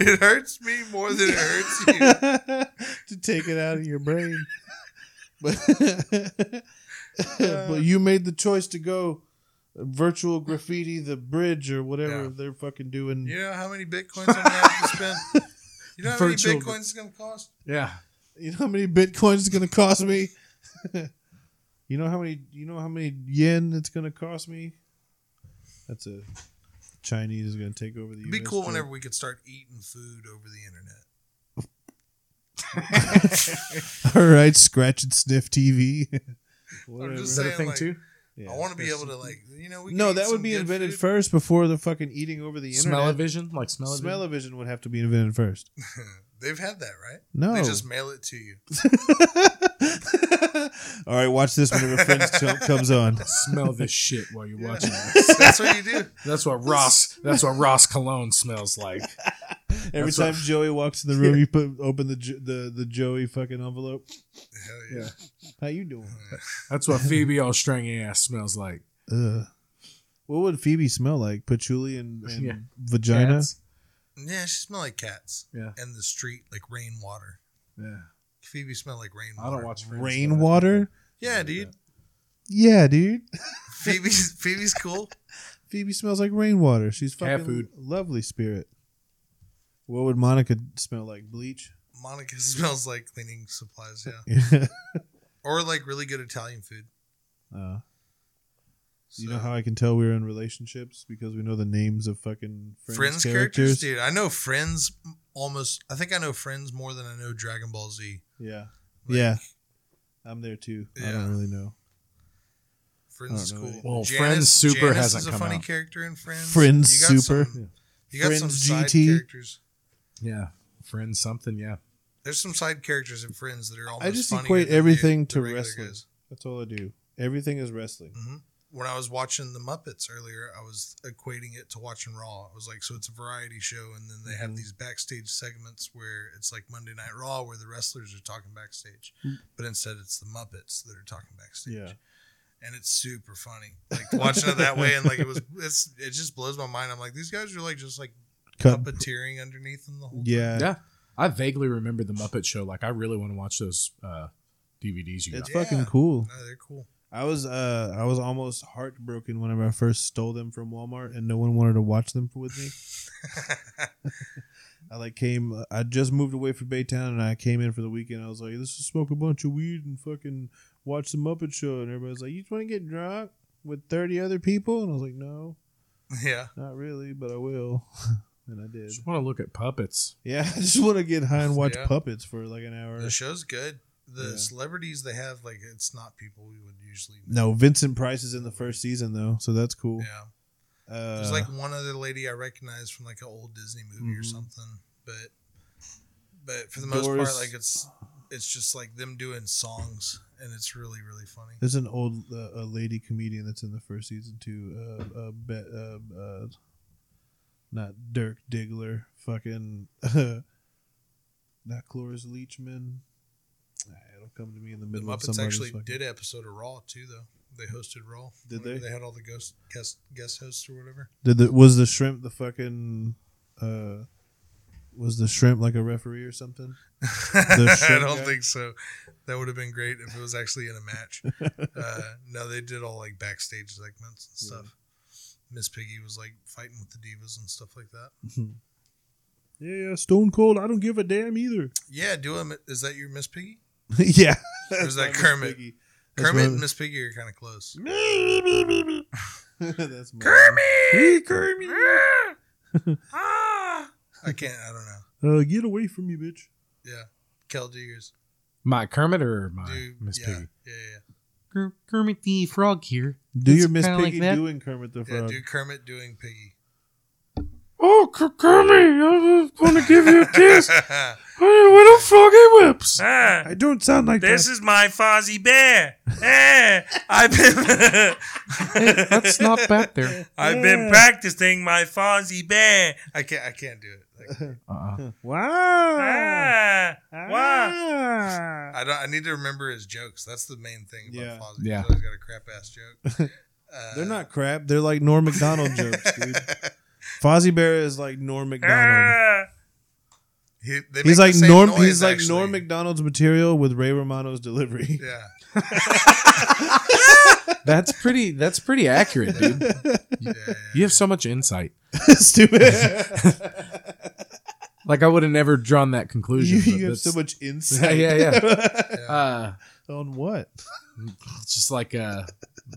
[SPEAKER 1] it hurts me more than it hurts you
[SPEAKER 2] to take it out of your brain. But, but you made the choice to go virtual graffiti the bridge or whatever
[SPEAKER 1] Yeah.
[SPEAKER 2] they're fucking doing.
[SPEAKER 1] You know how many bitcoins I'm gonna have to spend? You know how
[SPEAKER 3] Virtual-
[SPEAKER 1] many bitcoins it's gonna cost?
[SPEAKER 3] Yeah.
[SPEAKER 2] You know how many bitcoins it's gonna cost me? you know how many you know how many yen it's gonna cost me? That's a Chinese is gonna take over the
[SPEAKER 1] It'd be
[SPEAKER 2] US
[SPEAKER 1] cool
[SPEAKER 2] job.
[SPEAKER 1] whenever we could start eating food over the internet.
[SPEAKER 2] All right, scratch and sniff TV.
[SPEAKER 1] I'm
[SPEAKER 2] Whatever.
[SPEAKER 1] just
[SPEAKER 3] Is that a
[SPEAKER 1] saying,
[SPEAKER 3] thing
[SPEAKER 1] like,
[SPEAKER 3] too?
[SPEAKER 2] Yeah,
[SPEAKER 1] I want to be
[SPEAKER 2] that's-
[SPEAKER 1] able to like, you know, we could
[SPEAKER 2] No,
[SPEAKER 1] eat
[SPEAKER 2] that would
[SPEAKER 1] some
[SPEAKER 2] be
[SPEAKER 1] good
[SPEAKER 2] invented
[SPEAKER 1] food.
[SPEAKER 2] first before the fucking eating over the internet.
[SPEAKER 3] Smell vision? Like smell vision.
[SPEAKER 2] Smell-o-vision would have to be invented first.
[SPEAKER 1] They've had that, right?
[SPEAKER 2] No.
[SPEAKER 1] They just mail it to you.
[SPEAKER 2] All right, watch this whenever Friends co- comes on.
[SPEAKER 3] Smell this shit while you're watching it.
[SPEAKER 1] That's what you do.
[SPEAKER 3] That's what Ross that's what Ross cologne smells like.
[SPEAKER 2] Every
[SPEAKER 3] That's
[SPEAKER 2] time Joey walks in the room, you put open the Jo- the the Joey fucking envelope.
[SPEAKER 1] Hell yeah.
[SPEAKER 3] Yeah.
[SPEAKER 2] How you doing?
[SPEAKER 3] That's what Phoebe all stringy ass smells like.
[SPEAKER 2] Ugh. What would Phoebe smell like? Patchouli and, and
[SPEAKER 3] Yeah.
[SPEAKER 2] vagina.
[SPEAKER 3] Cats.
[SPEAKER 1] Yeah, she smell like cats.
[SPEAKER 3] Yeah.
[SPEAKER 1] And the street like rainwater.
[SPEAKER 3] Yeah.
[SPEAKER 1] Phoebe smell like rainwater.
[SPEAKER 3] I don't watch Friends,
[SPEAKER 2] Rainwater.
[SPEAKER 1] Yeah, dude.
[SPEAKER 2] Yeah, dude.
[SPEAKER 1] Phoebe's Phoebe's cool.
[SPEAKER 2] Phoebe smells like rainwater. She's
[SPEAKER 3] Cat
[SPEAKER 2] fucking
[SPEAKER 3] food.
[SPEAKER 2] lovely spirit. What would Monica smell like? Bleach.
[SPEAKER 1] Monica smells like cleaning supplies. Yeah.
[SPEAKER 2] Yeah.
[SPEAKER 1] Or like really good Italian food.
[SPEAKER 2] Uh, You know
[SPEAKER 1] So-
[SPEAKER 2] how I can tell we're in relationships because we know the names of fucking
[SPEAKER 1] Friends,
[SPEAKER 2] friends, characters.
[SPEAKER 1] characters? dude. I know Friends almost. I think I know Friends more than I know Dragon Ball Z.
[SPEAKER 2] Yeah.
[SPEAKER 1] Like-
[SPEAKER 2] yeah. I'm there too. I
[SPEAKER 1] Yeah.
[SPEAKER 2] don't really know.
[SPEAKER 1] Friends is
[SPEAKER 2] I don't know.
[SPEAKER 1] cool.
[SPEAKER 3] Well, Friends Super
[SPEAKER 1] Janice
[SPEAKER 3] hasn't
[SPEAKER 1] is a
[SPEAKER 3] come
[SPEAKER 1] funny
[SPEAKER 3] out.
[SPEAKER 1] character in Friends. You
[SPEAKER 2] Friends
[SPEAKER 1] got
[SPEAKER 2] Super.
[SPEAKER 1] some- you got some
[SPEAKER 2] Friends
[SPEAKER 1] side
[SPEAKER 2] GT.
[SPEAKER 1] characters.
[SPEAKER 3] Yeah, friend something. Yeah,
[SPEAKER 1] There's some side characters in Friends that are almost.
[SPEAKER 2] just
[SPEAKER 1] funnier
[SPEAKER 2] equate
[SPEAKER 1] than the-
[SPEAKER 2] everything
[SPEAKER 1] the
[SPEAKER 2] to
[SPEAKER 1] regular
[SPEAKER 2] wrestling.
[SPEAKER 1] guys.
[SPEAKER 2] That's all I do. Everything is wrestling.
[SPEAKER 1] When I was watching the Muppets earlier, I was equating it to watching Raw. I was like, so it's a variety show, and then they
[SPEAKER 2] Mm-hmm.
[SPEAKER 1] have these backstage segments where it's like Monday Night Raw, where the wrestlers are talking backstage, but instead it's the Muppets that are talking backstage.
[SPEAKER 2] Mm. Yeah.
[SPEAKER 1] and it's super funny. Like watching it that way, and like it was, it's it just blows my mind. I'm like, these guys are like just like
[SPEAKER 2] Cut.
[SPEAKER 1] puppeteering underneath them the whole.
[SPEAKER 2] Yeah.
[SPEAKER 3] yeah. I vaguely remember the Muppet Show. Like I really want to watch those uh, DVDs. You got.
[SPEAKER 2] It's
[SPEAKER 1] Yeah.
[SPEAKER 2] fucking cool.
[SPEAKER 1] No, they're cool.
[SPEAKER 2] I was uh I was almost heartbroken whenever I first stole them from Walmart and no one wanted to watch them with me. I like came. I just moved away from Baytown, and I came in for the weekend. I was like, "Let's just smoke a bunch of weed and fucking watch the Muppet Show." And everybody's like, "You just want to get drunk with thirty other people?" And I was like, "No,
[SPEAKER 1] yeah,
[SPEAKER 2] not really, but I will." and I did.
[SPEAKER 3] Just want to look at puppets.
[SPEAKER 2] Yeah, I just want to get high and watch
[SPEAKER 1] Yeah.
[SPEAKER 2] puppets for like an hour.
[SPEAKER 1] the show's good. The
[SPEAKER 2] Yeah.
[SPEAKER 1] celebrities they have, like, it's not people we would usually. Know.
[SPEAKER 2] No, Vincent Price is in the first season though, so that's cool.
[SPEAKER 1] Yeah,
[SPEAKER 2] Uh,
[SPEAKER 1] there's like one other lady I recognize from like an old Disney movie or
[SPEAKER 2] Mhm.
[SPEAKER 1] something, but but for the most
[SPEAKER 2] Doris-
[SPEAKER 1] part, like it's it's just like them doing songs, and it's really really funny.
[SPEAKER 2] there's an old uh, a lady comedian that's in the first season too. Uh, uh, be, uh, uh not Dirk Diggler, fucking not Cloris Leachman. Ah, It'll come to me in the
[SPEAKER 1] The
[SPEAKER 2] middle of
[SPEAKER 1] Muppets
[SPEAKER 2] somebody's
[SPEAKER 1] actually
[SPEAKER 2] fucking-
[SPEAKER 1] did an episode of Raw too, though. They hosted Raw.
[SPEAKER 2] Did
[SPEAKER 1] Whenever
[SPEAKER 2] they?
[SPEAKER 1] They had all the ghost guest guest hosts or whatever.
[SPEAKER 2] Did the was the shrimp the fucking uh was the shrimp like a referee or something?
[SPEAKER 1] I
[SPEAKER 2] shrimp
[SPEAKER 1] don't
[SPEAKER 2] guy?
[SPEAKER 1] think so. That would have been great if it was actually in a match. uh, no, they did all like backstage segments and
[SPEAKER 2] Yeah.
[SPEAKER 1] stuff. Miss Piggy was like fighting with the divas and stuff like that.
[SPEAKER 2] Yeah, yeah, Stone Cold. I don't give a damn either.
[SPEAKER 1] Yeah, do a, is that your Miss Piggy?
[SPEAKER 2] yeah,
[SPEAKER 1] There's that
[SPEAKER 2] That's
[SPEAKER 1] Kermit.
[SPEAKER 2] Miss Piggy. That's
[SPEAKER 1] Kermit
[SPEAKER 2] my-
[SPEAKER 1] and Miss Piggy are kind of close.
[SPEAKER 2] That's my-
[SPEAKER 1] Kermit! Kermit! I can't. I don't know.
[SPEAKER 2] Uh, get away from me, bitch.
[SPEAKER 1] Yeah, Kel, do yours.
[SPEAKER 3] My Kermit or my
[SPEAKER 1] Do
[SPEAKER 3] Miss
[SPEAKER 1] yeah,
[SPEAKER 3] Piggy.
[SPEAKER 1] yeah, yeah.
[SPEAKER 4] Ker- Kermit the Frog here.
[SPEAKER 2] Do
[SPEAKER 4] It's
[SPEAKER 2] your Miss
[SPEAKER 4] kinda like
[SPEAKER 2] Piggy
[SPEAKER 4] that.
[SPEAKER 2] doing Kermit the
[SPEAKER 1] Yeah,
[SPEAKER 2] Frog?
[SPEAKER 1] do Kermit doing Piggy.
[SPEAKER 3] Oh, Ker- Kermit! I was going to give you a kiss.
[SPEAKER 1] yes.
[SPEAKER 3] I didn't win a froggy whips.
[SPEAKER 2] I don't sound like this.
[SPEAKER 1] Ah, is my Fozzie Bear. Eh, I've been
[SPEAKER 4] Let's not back there.
[SPEAKER 1] I've been practicing my Fozzie Bear. I can't I can't do it. I can't.
[SPEAKER 3] Uh-uh.
[SPEAKER 2] Wow. Ah.
[SPEAKER 1] Ah.
[SPEAKER 2] Wow.
[SPEAKER 1] I don't I need to remember his jokes. That's the main thing about
[SPEAKER 2] Yeah.
[SPEAKER 1] Fozzie.
[SPEAKER 3] Yeah.
[SPEAKER 1] He's always got a crap ass joke. Uh,
[SPEAKER 2] They're not crap. They're like Norm McDonald jokes, dude. Fozzie Bear is like Norm McDonald.
[SPEAKER 1] He- Ah, they make
[SPEAKER 2] He's
[SPEAKER 1] the
[SPEAKER 2] like
[SPEAKER 1] same
[SPEAKER 2] Norm.
[SPEAKER 1] noise,
[SPEAKER 2] he's like
[SPEAKER 1] actually.
[SPEAKER 2] Norm McDonald's material with Ray Romano's delivery.
[SPEAKER 1] Yeah.
[SPEAKER 3] That's pretty. That's pretty accurate, dude.
[SPEAKER 1] yeah, yeah,
[SPEAKER 3] You have so much insight.
[SPEAKER 2] Stupid.
[SPEAKER 3] Like I would have never drawn that conclusion.
[SPEAKER 2] you,
[SPEAKER 3] but
[SPEAKER 2] you have
[SPEAKER 3] that's-
[SPEAKER 2] so much
[SPEAKER 3] Yeah,
[SPEAKER 2] insight.
[SPEAKER 3] yeah, yeah.
[SPEAKER 1] yeah.
[SPEAKER 3] Uh,
[SPEAKER 2] On what?
[SPEAKER 3] it's just like uh,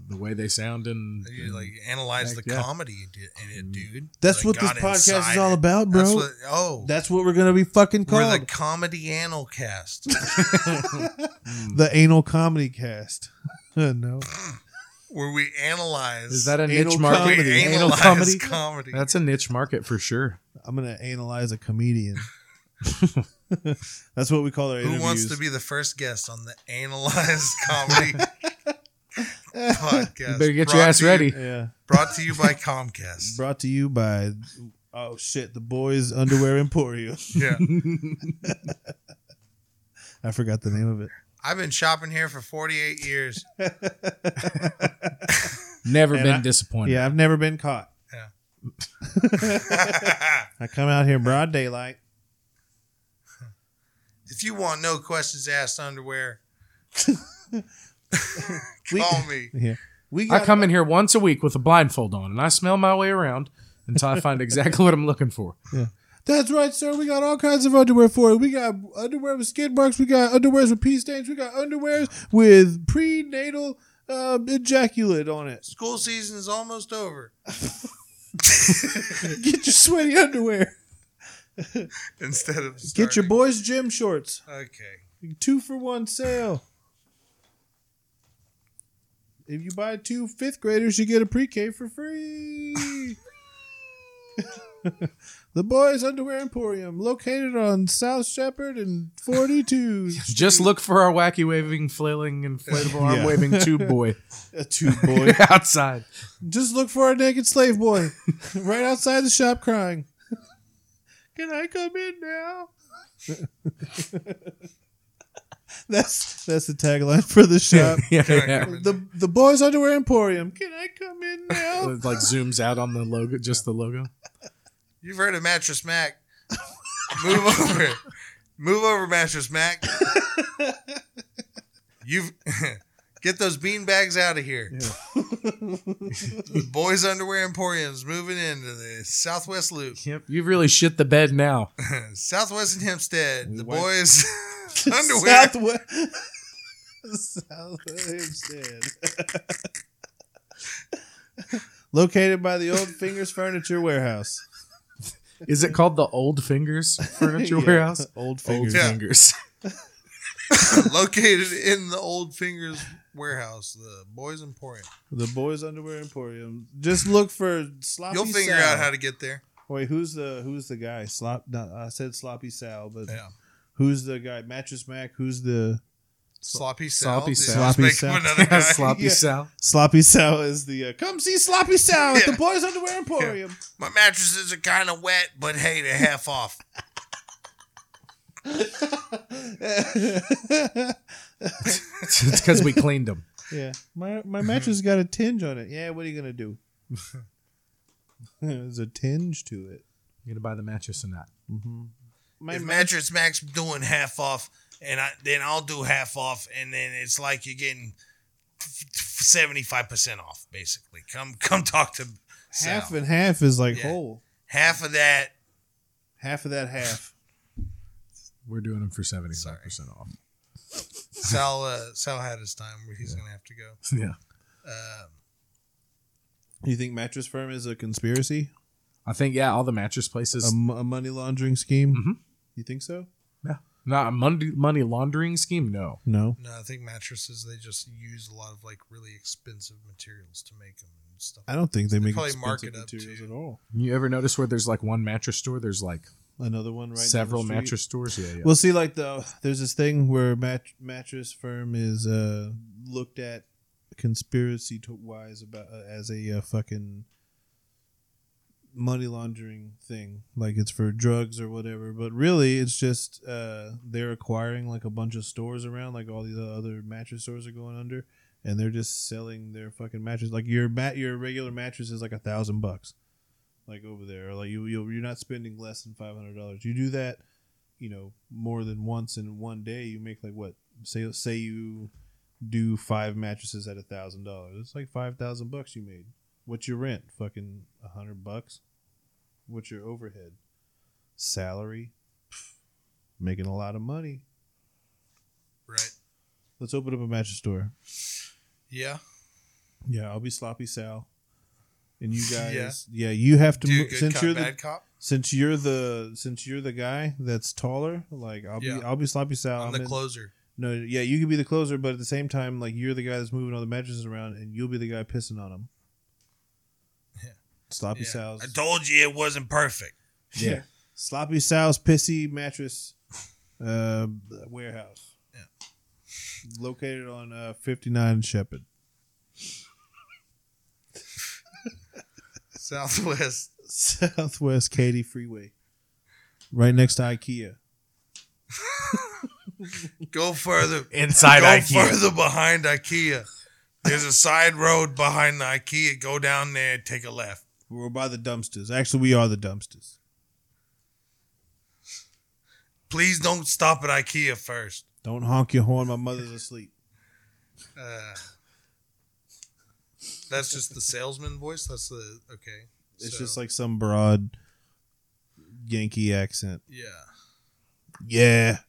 [SPEAKER 3] the way they sound and
[SPEAKER 1] You like analyze the
[SPEAKER 3] Heck, yeah.
[SPEAKER 1] comedy you did in it, dude.
[SPEAKER 2] That's
[SPEAKER 1] Like,
[SPEAKER 2] what this
[SPEAKER 1] got
[SPEAKER 2] podcast
[SPEAKER 1] inside
[SPEAKER 2] is all
[SPEAKER 1] it.
[SPEAKER 2] about, bro.
[SPEAKER 1] That's what, oh,
[SPEAKER 2] That's what we're gonna be fucking
[SPEAKER 1] we're
[SPEAKER 2] called.
[SPEAKER 1] the comedy anal cast.
[SPEAKER 2] the anal comedy cast. no.
[SPEAKER 1] where we analyze.
[SPEAKER 3] is that a
[SPEAKER 2] Anal
[SPEAKER 3] niche
[SPEAKER 1] where
[SPEAKER 3] market?
[SPEAKER 1] we
[SPEAKER 2] comedy?
[SPEAKER 1] analyze
[SPEAKER 3] Anal comedy.
[SPEAKER 1] comedy.
[SPEAKER 3] That's a niche market for sure.
[SPEAKER 2] I'm gonna analyze a comedian. That's what we call our
[SPEAKER 1] Who
[SPEAKER 2] interviews.
[SPEAKER 1] wants to be the first guest on the analyze comedy podcast?
[SPEAKER 3] You better get
[SPEAKER 1] Brought
[SPEAKER 3] your ass
[SPEAKER 1] to you-
[SPEAKER 3] ready.
[SPEAKER 2] yeah.
[SPEAKER 1] brought to you by Comcast.
[SPEAKER 2] Brought to you by oh shit, the boys underwear emporium.
[SPEAKER 1] yeah,
[SPEAKER 2] I forgot the name of it.
[SPEAKER 1] I've been shopping here for 48 years.
[SPEAKER 3] Never
[SPEAKER 2] And
[SPEAKER 3] been
[SPEAKER 2] I-
[SPEAKER 3] disappointed.
[SPEAKER 2] Yeah, I've never been caught.
[SPEAKER 1] if
[SPEAKER 2] I come out here in broad daylight.
[SPEAKER 1] you want no questions asked underwear,
[SPEAKER 2] We,
[SPEAKER 1] call me.
[SPEAKER 2] yeah. We
[SPEAKER 3] I
[SPEAKER 2] got
[SPEAKER 3] come in here once a week with a blindfold on, and I smell my way around until I find exactly what I'm looking for.
[SPEAKER 2] That's right, sir. We got all kinds of underwear for it. We got underwear with skid marks. We got underwears with pee stains. We got underwears with prenatal uh, ejaculate on it.
[SPEAKER 1] School season is almost over.
[SPEAKER 2] Get your sweaty underwear.
[SPEAKER 1] instead of
[SPEAKER 2] Get your
[SPEAKER 1] starting-
[SPEAKER 2] boys' gym shorts.
[SPEAKER 1] Okay.
[SPEAKER 2] Two for one sale. If you buy two fifth graders, you get a pre K for free. the Boys Underwear Emporium, located on South Shepherd and 42.
[SPEAKER 3] Just look for our wacky waving, flailing, inflatable arm
[SPEAKER 2] Yeah.
[SPEAKER 3] waving tube boy
[SPEAKER 2] a two boy.
[SPEAKER 3] outside.
[SPEAKER 2] Just look for our naked slave boy right outside the shop crying. Can I come in now? that's that's the tagline for the shop.
[SPEAKER 3] yeah,
[SPEAKER 1] yeah.
[SPEAKER 2] the the boys underwear emporium. Can I come in now?
[SPEAKER 3] It like zooms out on the logo, just the logo.
[SPEAKER 1] You've heard of Mattress Mac. Move over. Move over, Mattress Mac. You've get those bean bags out of here. Boys Underwear Emporium's moving into the Southwest Loop.
[SPEAKER 3] Yep, you really shit the bed now.
[SPEAKER 1] Southwest and Hempstead.
[SPEAKER 3] We
[SPEAKER 1] the
[SPEAKER 3] wipe-
[SPEAKER 1] boys underwear.
[SPEAKER 2] Southwest. South Hempstead. Located by the old Fingers Furniture Warehouse.
[SPEAKER 3] Is it called the Old Fingers Furniture
[SPEAKER 2] Yeah,
[SPEAKER 3] Warehouse?
[SPEAKER 2] Old
[SPEAKER 3] Old
[SPEAKER 2] Fingers.
[SPEAKER 1] Yeah.
[SPEAKER 3] Fingers.
[SPEAKER 1] located in the Old Fingers warehouse, the Boys Emporium.
[SPEAKER 2] The boys underwear emporium. Just look for sloppy.
[SPEAKER 1] You'll figure
[SPEAKER 2] Sal.
[SPEAKER 1] out how to get there.
[SPEAKER 2] Wait, who's the who's the guy? Slop. No, I said sloppy Sal, but
[SPEAKER 1] Yeah.
[SPEAKER 2] who's the guy? Mattress Mac. Who's the
[SPEAKER 1] Sloppy Sal.
[SPEAKER 3] Sloppy
[SPEAKER 1] Did you
[SPEAKER 3] Sal.
[SPEAKER 1] just
[SPEAKER 2] Sloppy
[SPEAKER 1] make
[SPEAKER 2] Sal.
[SPEAKER 1] up another guy?
[SPEAKER 3] Sloppy
[SPEAKER 2] Yeah.
[SPEAKER 3] Sal.
[SPEAKER 2] sloppy Sal is the uh, come see sloppy Sal at
[SPEAKER 1] Yeah.
[SPEAKER 2] the boys underwear emporium.
[SPEAKER 1] My mattresses are kind of wet, but hey, they're half off.
[SPEAKER 2] Yeah.
[SPEAKER 3] It's because we cleaned them.
[SPEAKER 2] my my mattress got a tinge on it. Yeah, what are you gonna do? There's a tinge to it. Mm-hmm.
[SPEAKER 3] You gonna buy the mattress or not?
[SPEAKER 2] My
[SPEAKER 1] if
[SPEAKER 2] ma-
[SPEAKER 1] mattress max doing half off, and I, then I'll do half off, and then it's like you're getting seventy five percent off, basically. Come, come talk to Sal.
[SPEAKER 2] half and half is like
[SPEAKER 1] Yeah.
[SPEAKER 2] whole.
[SPEAKER 1] half of that.
[SPEAKER 2] Half of that half.
[SPEAKER 3] We're doing them for seventy five percent off.
[SPEAKER 1] Sal, uh, Sal had his time where he's gonna have to go.
[SPEAKER 3] Yeah,
[SPEAKER 1] Um,
[SPEAKER 2] You think mattress firm is a conspiracy?
[SPEAKER 3] I think yeah, all the mattress places.
[SPEAKER 2] a, mo- a money laundering scheme?
[SPEAKER 3] Mhm.
[SPEAKER 2] You think so?
[SPEAKER 3] yeah. Not a money money laundering scheme. No,
[SPEAKER 2] No.
[SPEAKER 1] No, I think mattresses they just use a lot of like really expensive materials to make them and stuff.
[SPEAKER 2] I don't think they, make
[SPEAKER 1] probably
[SPEAKER 2] expensive
[SPEAKER 1] mark it up
[SPEAKER 2] materials
[SPEAKER 1] to-
[SPEAKER 2] at all.
[SPEAKER 3] you ever notice where there's like one mattress store? There's like
[SPEAKER 2] Another one, right? down the
[SPEAKER 3] several
[SPEAKER 2] street.
[SPEAKER 3] mattress stores. Yeah, yeah.
[SPEAKER 2] We'll see. Like the there's this thing where mat- mattress firm is uh, looked at conspiracy to- wise about uh, as a uh, fucking money laundering thing, like it's for drugs or whatever. But really, it's just uh, they're acquiring like a bunch of stores around, like all these uh, other mattress stores are going under, and they're just selling their fucking mattress. Like your mat, your regular mattress is like a thousand bucks, like over there. Or like you, you, you're not spending less than five hundred dollars. You do that you know more than once in one day you make like what say say you do five mattresses at a thousand dollars it's like five thousand bucks you made what's your rent fucking a hundred bucks what's your overhead salary Pff, making a lot of money
[SPEAKER 1] right?
[SPEAKER 2] let's open up a mattress store
[SPEAKER 1] Yeah.
[SPEAKER 2] yeah i'll be sloppy sal and you
[SPEAKER 1] Yeah.
[SPEAKER 2] guys yeah, you have to
[SPEAKER 1] Do
[SPEAKER 2] mo-
[SPEAKER 1] good
[SPEAKER 2] since
[SPEAKER 1] cop,
[SPEAKER 2] you're the
[SPEAKER 1] bad cop.
[SPEAKER 2] since you're the since you're the guy that's taller like i'll
[SPEAKER 1] Yeah.
[SPEAKER 2] be i'll be sloppy sal
[SPEAKER 1] I'm
[SPEAKER 2] I'm
[SPEAKER 1] the
[SPEAKER 2] in-
[SPEAKER 1] closer.
[SPEAKER 2] No, yeah, you could be the closer, but at the same time, like you're the guy that's moving all the mattresses around, and you'll be the guy pissing on them.
[SPEAKER 1] Yeah.
[SPEAKER 2] Sloppy
[SPEAKER 1] Yeah.
[SPEAKER 2] Sal's.
[SPEAKER 1] I told you it wasn't perfect.
[SPEAKER 3] Yeah.
[SPEAKER 2] Sloppy Sal's pissy mattress uh, warehouse.
[SPEAKER 1] Yeah.
[SPEAKER 2] Located on uh, 59 Shepherd.
[SPEAKER 1] Southwest.
[SPEAKER 2] Southwest Katy Freeway. Right next to IKEA.
[SPEAKER 1] Go further.
[SPEAKER 3] Inside
[SPEAKER 1] Go further behind IKEA. There's a side road behind the IKEA. Go down there. Take a left.
[SPEAKER 2] We're by the dumpsters. Actually, we are the dumpsters.
[SPEAKER 1] Please don't stop at IKEA first.
[SPEAKER 2] Don't honk your horn. My mother's asleep.
[SPEAKER 1] Uh, that's just the salesman voice. That's the okay.
[SPEAKER 2] It's
[SPEAKER 1] So,
[SPEAKER 2] just like some broad Yankee accent.
[SPEAKER 1] yeah.
[SPEAKER 2] Yeah.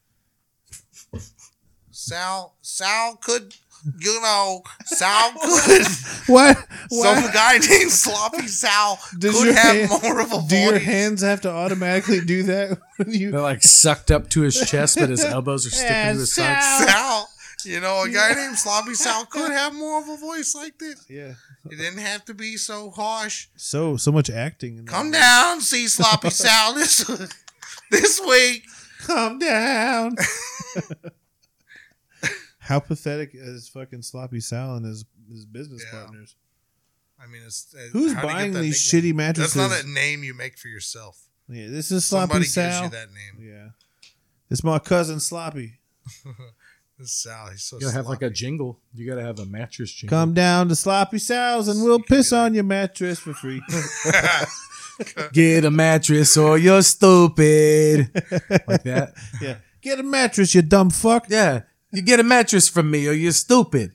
[SPEAKER 1] Sal Sal could you know, Sal could.
[SPEAKER 2] What?
[SPEAKER 1] Some guy named Sloppy Sal
[SPEAKER 2] Does
[SPEAKER 1] could
[SPEAKER 2] your
[SPEAKER 1] have
[SPEAKER 2] hand-
[SPEAKER 1] more of a
[SPEAKER 2] Do your
[SPEAKER 1] voice.
[SPEAKER 2] hands have to automatically do that when
[SPEAKER 3] They're
[SPEAKER 2] you
[SPEAKER 3] like sucked up to his chest, but his elbows are sticking
[SPEAKER 2] Yeah,
[SPEAKER 3] to his sides.
[SPEAKER 1] Sal, you know, a guy named Sloppy Sal could have more of a voice like this.
[SPEAKER 2] Yeah.
[SPEAKER 1] It didn't have to be so harsh.
[SPEAKER 2] So so much acting in that
[SPEAKER 1] Come
[SPEAKER 2] movie.
[SPEAKER 1] down, see Sloppy Sal this this week.
[SPEAKER 2] Come down. How pathetic is fucking sloppy Sal and his his business
[SPEAKER 1] Yeah.
[SPEAKER 2] partners?
[SPEAKER 1] I mean, it's uh,
[SPEAKER 2] Who's
[SPEAKER 1] how do you get
[SPEAKER 2] buying
[SPEAKER 1] that
[SPEAKER 2] these
[SPEAKER 1] nickname?
[SPEAKER 2] shitty mattresses?
[SPEAKER 1] That's not a name you make for yourself.
[SPEAKER 2] yeah, this is sloppy
[SPEAKER 1] Somebody
[SPEAKER 2] Sal.
[SPEAKER 1] gives you that name.
[SPEAKER 2] Yeah, it's my cousin Sloppy.
[SPEAKER 1] This Sal, he's so
[SPEAKER 3] You gotta have like
[SPEAKER 1] sloppy.
[SPEAKER 3] a jingle. You gotta have a mattress jingle.
[SPEAKER 2] Come down to Sloppy Sal's and we'll
[SPEAKER 1] You can
[SPEAKER 2] piss
[SPEAKER 1] do that.
[SPEAKER 2] on your mattress for free.
[SPEAKER 3] Get a mattress or you're stupid. like that.
[SPEAKER 2] yeah, get a mattress, you dumb fuck.
[SPEAKER 3] Yeah. You get a mattress from me or you're stupid.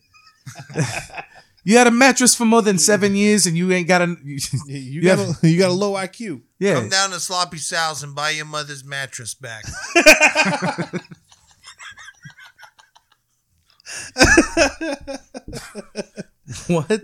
[SPEAKER 3] you had a mattress for more than seven years and you ain't got a.
[SPEAKER 2] You, you
[SPEAKER 3] You
[SPEAKER 2] got
[SPEAKER 3] have-
[SPEAKER 2] a, you got a low IQ.
[SPEAKER 3] yeah.
[SPEAKER 1] Come down to Sloppy Sal's and buy your mother's mattress back.
[SPEAKER 3] What?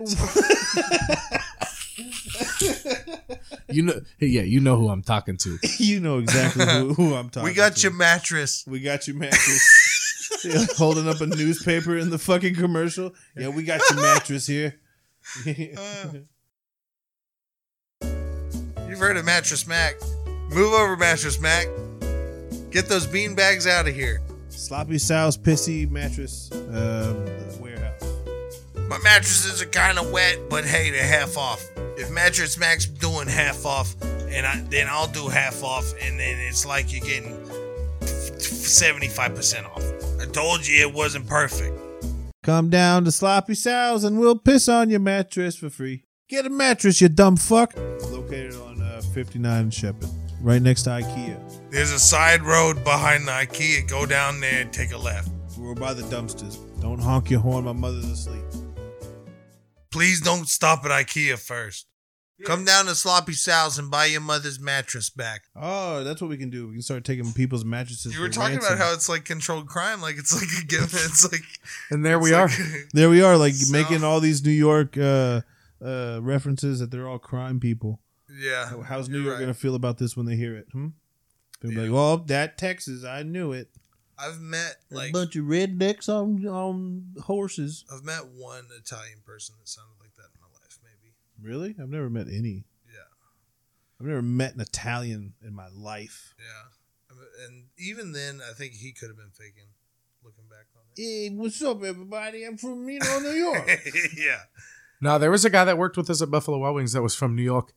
[SPEAKER 3] you know, hey, yeah, you know who I'm talking to.
[SPEAKER 2] you know exactly who, who I'm talking.
[SPEAKER 1] we got
[SPEAKER 2] to.
[SPEAKER 1] your mattress.
[SPEAKER 2] We got your mattress. Yeah, holding up a newspaper in the fucking commercial. Yeah, we got your mattress here.
[SPEAKER 1] You've heard of Mattress Mac. Move over, Mattress Mac. Get those bean bags out of here.
[SPEAKER 2] Sloppy Sal's pissy mattress um, warehouse.
[SPEAKER 1] My mattresses are kind of wet, but hey, they're half off. If Mattress Mac's doing half off, and I, then I'll do half off, and then it's like you're getting 75% off. I told you it wasn't perfect.
[SPEAKER 2] Come down to Sloppy Sal's and we'll piss on your mattress for free. Get a mattress, you dumb fuck. Located on uh, 59 Shepherd, right next to IKEA.
[SPEAKER 1] There's a side road behind the IKEA. Go down there and take a left.
[SPEAKER 2] We're by the dumpsters. Don't honk your horn, my mother's asleep.
[SPEAKER 1] Please don't stop at IKEA first. Come down to Sloppy Sal's and buy your mother's mattress back.
[SPEAKER 2] Oh, that's what we can do. We can start taking people's mattresses.
[SPEAKER 1] You were
[SPEAKER 2] for
[SPEAKER 1] talking
[SPEAKER 2] ransom.
[SPEAKER 1] about how it's like controlled crime, like it's like a given. It's like
[SPEAKER 3] And there we
[SPEAKER 1] it's
[SPEAKER 3] are.
[SPEAKER 1] like-
[SPEAKER 2] There we are, like
[SPEAKER 1] So-
[SPEAKER 2] making all these New York uh, uh, references that they're all crime people.
[SPEAKER 1] yeah,
[SPEAKER 2] How- How's New
[SPEAKER 1] You're
[SPEAKER 2] York
[SPEAKER 1] right.
[SPEAKER 2] gonna feel about this when they hear it? Hmm? They're
[SPEAKER 1] Yeah.
[SPEAKER 2] like, "Well, that Texas, I knew it.
[SPEAKER 1] I've met
[SPEAKER 2] a
[SPEAKER 1] like
[SPEAKER 2] bunch of rednecks on on horses."
[SPEAKER 1] I've met one Italian person that sounded like that in my life. Maybe
[SPEAKER 2] Really? I've never met any.
[SPEAKER 1] yeah,
[SPEAKER 2] I've never met an Italian in my life.
[SPEAKER 1] yeah. I- And even then, I think he could have been faking. Looking back on
[SPEAKER 2] Hey, what's up, everybody? I'm from you know New York.
[SPEAKER 1] it, yeah.
[SPEAKER 3] Now there was a guy that worked with us at Buffalo Wild Wings that was from New York,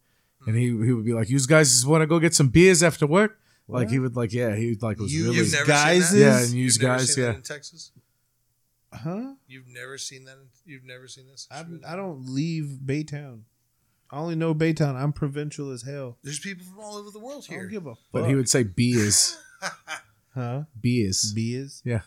[SPEAKER 3] and he he would be like, "You guys want to go get some beers after work?" Like he would like, yeah, he like was
[SPEAKER 2] You-
[SPEAKER 3] really
[SPEAKER 1] You've never
[SPEAKER 2] Guys
[SPEAKER 1] seen that?
[SPEAKER 2] is-
[SPEAKER 3] yeah, and use
[SPEAKER 1] You've never
[SPEAKER 3] guys,
[SPEAKER 1] seen that
[SPEAKER 3] yeah.
[SPEAKER 1] in Texas.
[SPEAKER 2] huh?
[SPEAKER 1] You've never seen that. In, you've never seen this.
[SPEAKER 2] I'm, I don't leave Baytown. I only know Baytown. I'm provincial as hell.
[SPEAKER 1] There's people from all over the world
[SPEAKER 2] I
[SPEAKER 1] here.
[SPEAKER 2] don't give a fuck.
[SPEAKER 3] But he would say beers,
[SPEAKER 2] huh?
[SPEAKER 3] beers.
[SPEAKER 2] Beers.
[SPEAKER 3] Yeah.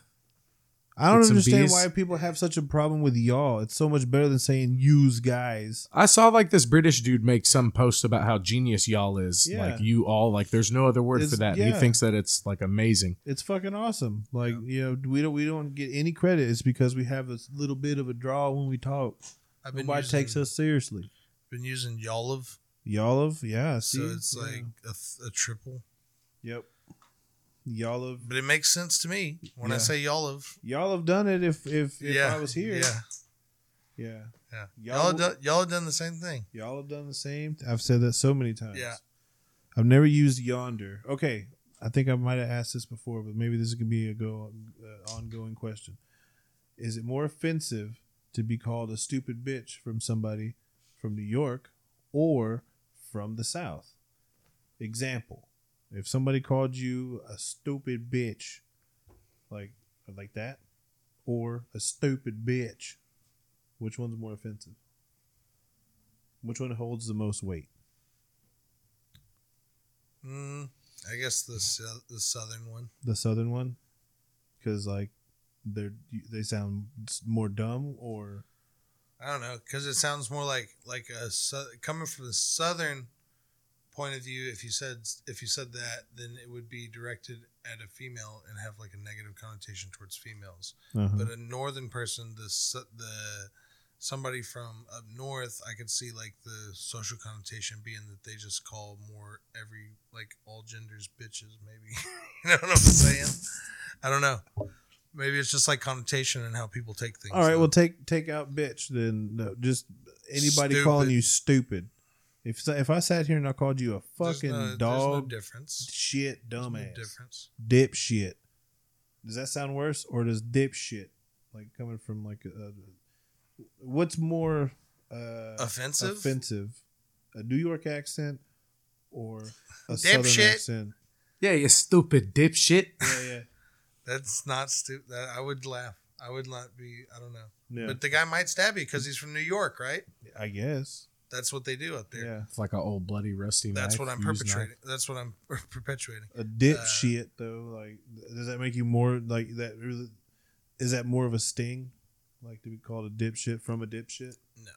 [SPEAKER 2] I don't
[SPEAKER 3] Get some
[SPEAKER 2] understand
[SPEAKER 3] beers.
[SPEAKER 2] why people have such a problem with y'all. It's so much better than saying use guys.
[SPEAKER 3] I saw like this British dude make some post about how genius y'all is.
[SPEAKER 2] Yeah.
[SPEAKER 3] Like you all, like there's no other word
[SPEAKER 2] It's-
[SPEAKER 3] for that. He
[SPEAKER 2] yeah.
[SPEAKER 3] thinks that it's like amazing.
[SPEAKER 2] It's fucking awesome. Like you know, we don't we don't get any credit. It's because we have this little bit of a draw when we talk.
[SPEAKER 1] I've been
[SPEAKER 2] Nobody
[SPEAKER 1] using-
[SPEAKER 2] takes us seriously.
[SPEAKER 1] Been using Yoliv,
[SPEAKER 2] Y'all of yeah.
[SPEAKER 1] so
[SPEAKER 2] see?
[SPEAKER 1] it's
[SPEAKER 2] Yeah.
[SPEAKER 1] like a, th- a triple.
[SPEAKER 2] yep. Y'all have
[SPEAKER 1] But it makes sense to me when I
[SPEAKER 2] Yeah.
[SPEAKER 1] say Yoliv.
[SPEAKER 2] y'all have done it. If if if
[SPEAKER 1] yeah,
[SPEAKER 2] I was here,
[SPEAKER 1] Yeah,
[SPEAKER 2] yeah.
[SPEAKER 1] yeah. Y'all,
[SPEAKER 2] Y'all
[SPEAKER 1] have
[SPEAKER 2] w-
[SPEAKER 1] done, y'all have done the same thing.
[SPEAKER 2] Y'all have done the same. I've said that so many times.
[SPEAKER 1] Yeah.
[SPEAKER 2] I've never used yonder. Okay, I think I might have asked this before, but maybe this could be a go uh, ongoing question. Is it more offensive to be called a stupid bitch from somebody from New York or from the South? Example: If somebody called you a stupid bitch, like like that, or a stupid bitch, which one's more offensive? Which one holds the most weight?
[SPEAKER 1] Mm, I guess the sou- the southern one.
[SPEAKER 2] the southern one because like they're they sound s- more dumb or
[SPEAKER 1] I don't know because it sounds more like like a sou- coming from the southern point of view. If you said if you said that, then it would be directed at a female and have like a negative connotation towards females.
[SPEAKER 2] Uh-huh.
[SPEAKER 1] But a northern person, the s- the somebody from up north, I could see like the social connotation being that they just call more every like all genders bitches. Maybe you know what I'm saying? I don't know. Maybe it's just like connotation and how people take things.
[SPEAKER 2] All right,
[SPEAKER 1] now.
[SPEAKER 2] well take take out bitch then. No, just anybody
[SPEAKER 1] Stupid.
[SPEAKER 2] calling you stupid. If if I sat here and I called you a
[SPEAKER 1] There's
[SPEAKER 2] fucking
[SPEAKER 1] no- there's no
[SPEAKER 2] dog,
[SPEAKER 1] difference.
[SPEAKER 2] shit,
[SPEAKER 1] There's no
[SPEAKER 2] dumbass,
[SPEAKER 1] difference.
[SPEAKER 2] dipshit. Does that sound worse, or does dipshit like coming from like a, what's more uh,
[SPEAKER 1] Offensive.
[SPEAKER 2] offensive, a New York accent or a southern
[SPEAKER 1] Dipshit.
[SPEAKER 2] accent?
[SPEAKER 3] Yeah, you stupid dipshit.
[SPEAKER 2] Yeah, yeah,
[SPEAKER 1] That's not stupid. I would laugh. I would not be. I don't know.
[SPEAKER 2] yeah.
[SPEAKER 1] But the guy might stab you because he's from New York, right?
[SPEAKER 2] I guess.
[SPEAKER 1] That's what they do up there.
[SPEAKER 2] Yeah,
[SPEAKER 3] It's like an old bloody rusty
[SPEAKER 1] That's
[SPEAKER 3] knife,
[SPEAKER 1] what I'm
[SPEAKER 3] used knife.
[SPEAKER 1] perpetrating. That's what I'm perpetuating.
[SPEAKER 2] a
[SPEAKER 1] uh,
[SPEAKER 2] dipshit though. Like, th- does that make you more like that? really- Is that more of a sting? Like to be called a dipshit from a dipshit?
[SPEAKER 1] No.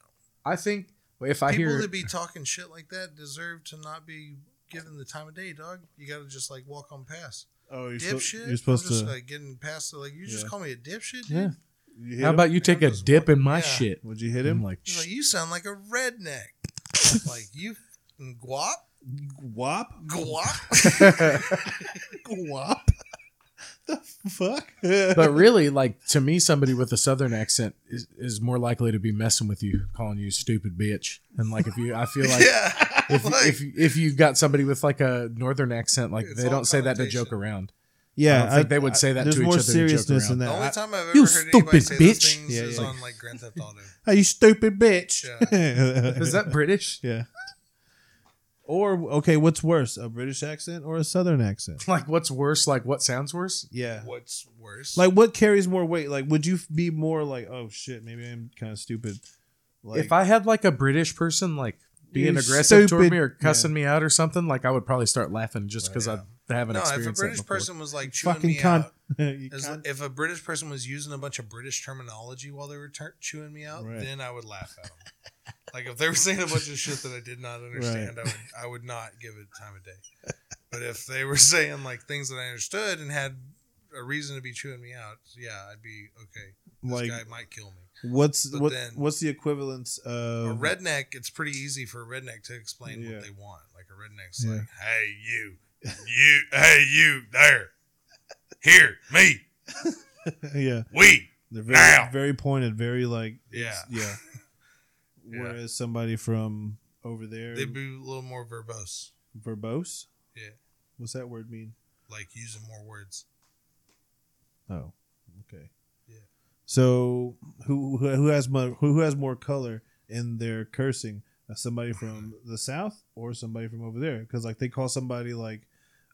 [SPEAKER 3] I think if I
[SPEAKER 1] People
[SPEAKER 3] hear
[SPEAKER 1] that be talking shit like that deserve to not be given the time of day, dog. You got to just like walk on past.
[SPEAKER 2] Oh, you're, suppo-
[SPEAKER 1] Dipshit.
[SPEAKER 2] you're supposed
[SPEAKER 1] I'm just
[SPEAKER 2] to.
[SPEAKER 1] like getting past. The, like you just
[SPEAKER 2] Yeah.
[SPEAKER 1] call me a dipshit. Dude?
[SPEAKER 3] Yeah.
[SPEAKER 2] you hit
[SPEAKER 3] How
[SPEAKER 2] him?
[SPEAKER 3] about you take a
[SPEAKER 1] Just
[SPEAKER 3] dip
[SPEAKER 1] one-
[SPEAKER 3] in my
[SPEAKER 1] yeah.
[SPEAKER 3] shit?
[SPEAKER 2] Would you hit
[SPEAKER 3] I'm
[SPEAKER 2] him?
[SPEAKER 3] like,
[SPEAKER 1] He's like,
[SPEAKER 3] "Shh,
[SPEAKER 1] you sound like a redneck. like you f***ing guap
[SPEAKER 3] Mm.
[SPEAKER 2] Wop?
[SPEAKER 1] guap guap.
[SPEAKER 2] The fuck?
[SPEAKER 3] but really, like to me, somebody with a southern accent is, is more likely to be messing with you, calling you stupid bitch. And like if you, I feel like
[SPEAKER 1] yeah.
[SPEAKER 3] if,
[SPEAKER 1] Like,
[SPEAKER 3] if if you've got somebody with like a northern accent, like
[SPEAKER 1] It's
[SPEAKER 3] they
[SPEAKER 1] all
[SPEAKER 3] don't say that to joke
[SPEAKER 1] connotation.
[SPEAKER 3] around.
[SPEAKER 2] yeah,
[SPEAKER 3] I don't think they would say that
[SPEAKER 2] There's
[SPEAKER 3] to each
[SPEAKER 2] more
[SPEAKER 3] other to joke
[SPEAKER 2] seriousness
[SPEAKER 3] around.
[SPEAKER 2] in
[SPEAKER 1] the only
[SPEAKER 2] that. I-
[SPEAKER 1] time I've ever
[SPEAKER 4] you
[SPEAKER 1] heard anybody
[SPEAKER 4] stupid
[SPEAKER 1] say those
[SPEAKER 4] bitch.
[SPEAKER 1] things
[SPEAKER 2] Yeah,
[SPEAKER 1] is
[SPEAKER 2] yeah.
[SPEAKER 1] on like Grand Theft Auto.
[SPEAKER 2] Hey, you stupid bitch.
[SPEAKER 3] Is that British?
[SPEAKER 2] yeah. Or okay, what's worse, a British accent or a Southern accent?
[SPEAKER 3] Like what's worse? Like what sounds worse?
[SPEAKER 2] Yeah.
[SPEAKER 1] What's worse?
[SPEAKER 2] Like, what carries more weight? Like, would you f- be more like, oh shit, maybe I'm kind of stupid? Like,
[SPEAKER 3] if I had like a British person like being
[SPEAKER 2] You
[SPEAKER 3] aggressive toward
[SPEAKER 2] stupid-
[SPEAKER 3] me or cussing me out or something, like I would probably start laughing just because
[SPEAKER 1] Right.
[SPEAKER 3] I haven't
[SPEAKER 1] no, if a
[SPEAKER 3] experienced that
[SPEAKER 1] British
[SPEAKER 3] before.
[SPEAKER 1] person was like chewing
[SPEAKER 2] fucking
[SPEAKER 1] me
[SPEAKER 2] cunt.
[SPEAKER 1] out,
[SPEAKER 2] You
[SPEAKER 1] as-
[SPEAKER 2] cunt.
[SPEAKER 1] if a British person was using a bunch of British terminology while they were ter- chewing me out,
[SPEAKER 2] Right.
[SPEAKER 1] then I would laugh at them. like if they were saying a bunch of shit that I did not understand, I would I would not give it time of day. But if they were saying like things that I understood and had a reason to be chewing me out, yeah, I'd be okay. This
[SPEAKER 2] Like,
[SPEAKER 1] guy might kill me.
[SPEAKER 2] what's
[SPEAKER 1] but
[SPEAKER 2] what,
[SPEAKER 1] then-
[SPEAKER 2] what's the equivalence
[SPEAKER 1] A
[SPEAKER 2] of
[SPEAKER 1] redneck, it's pretty easy for a redneck to explain
[SPEAKER 2] Um, Yeah.
[SPEAKER 1] what they want. Like a redneck's
[SPEAKER 2] Yeah.
[SPEAKER 1] like, "Hey you, you, hey you, there, here, me,
[SPEAKER 2] yeah?
[SPEAKER 1] we."
[SPEAKER 2] They're
[SPEAKER 1] Now.
[SPEAKER 2] very, very pointed, very like
[SPEAKER 1] Yeah.
[SPEAKER 2] yeah.
[SPEAKER 1] Yeah.
[SPEAKER 2] Whereas somebody from over there,
[SPEAKER 1] They'd be a little more verbose,
[SPEAKER 2] verbose.
[SPEAKER 1] Yeah.
[SPEAKER 2] what's that word mean?
[SPEAKER 1] like using more words.
[SPEAKER 2] Oh, okay.
[SPEAKER 1] Yeah.
[SPEAKER 2] So who who who has more who has more color in their cursing? Uh, Somebody from the south or somebody from over there? Because like they call somebody like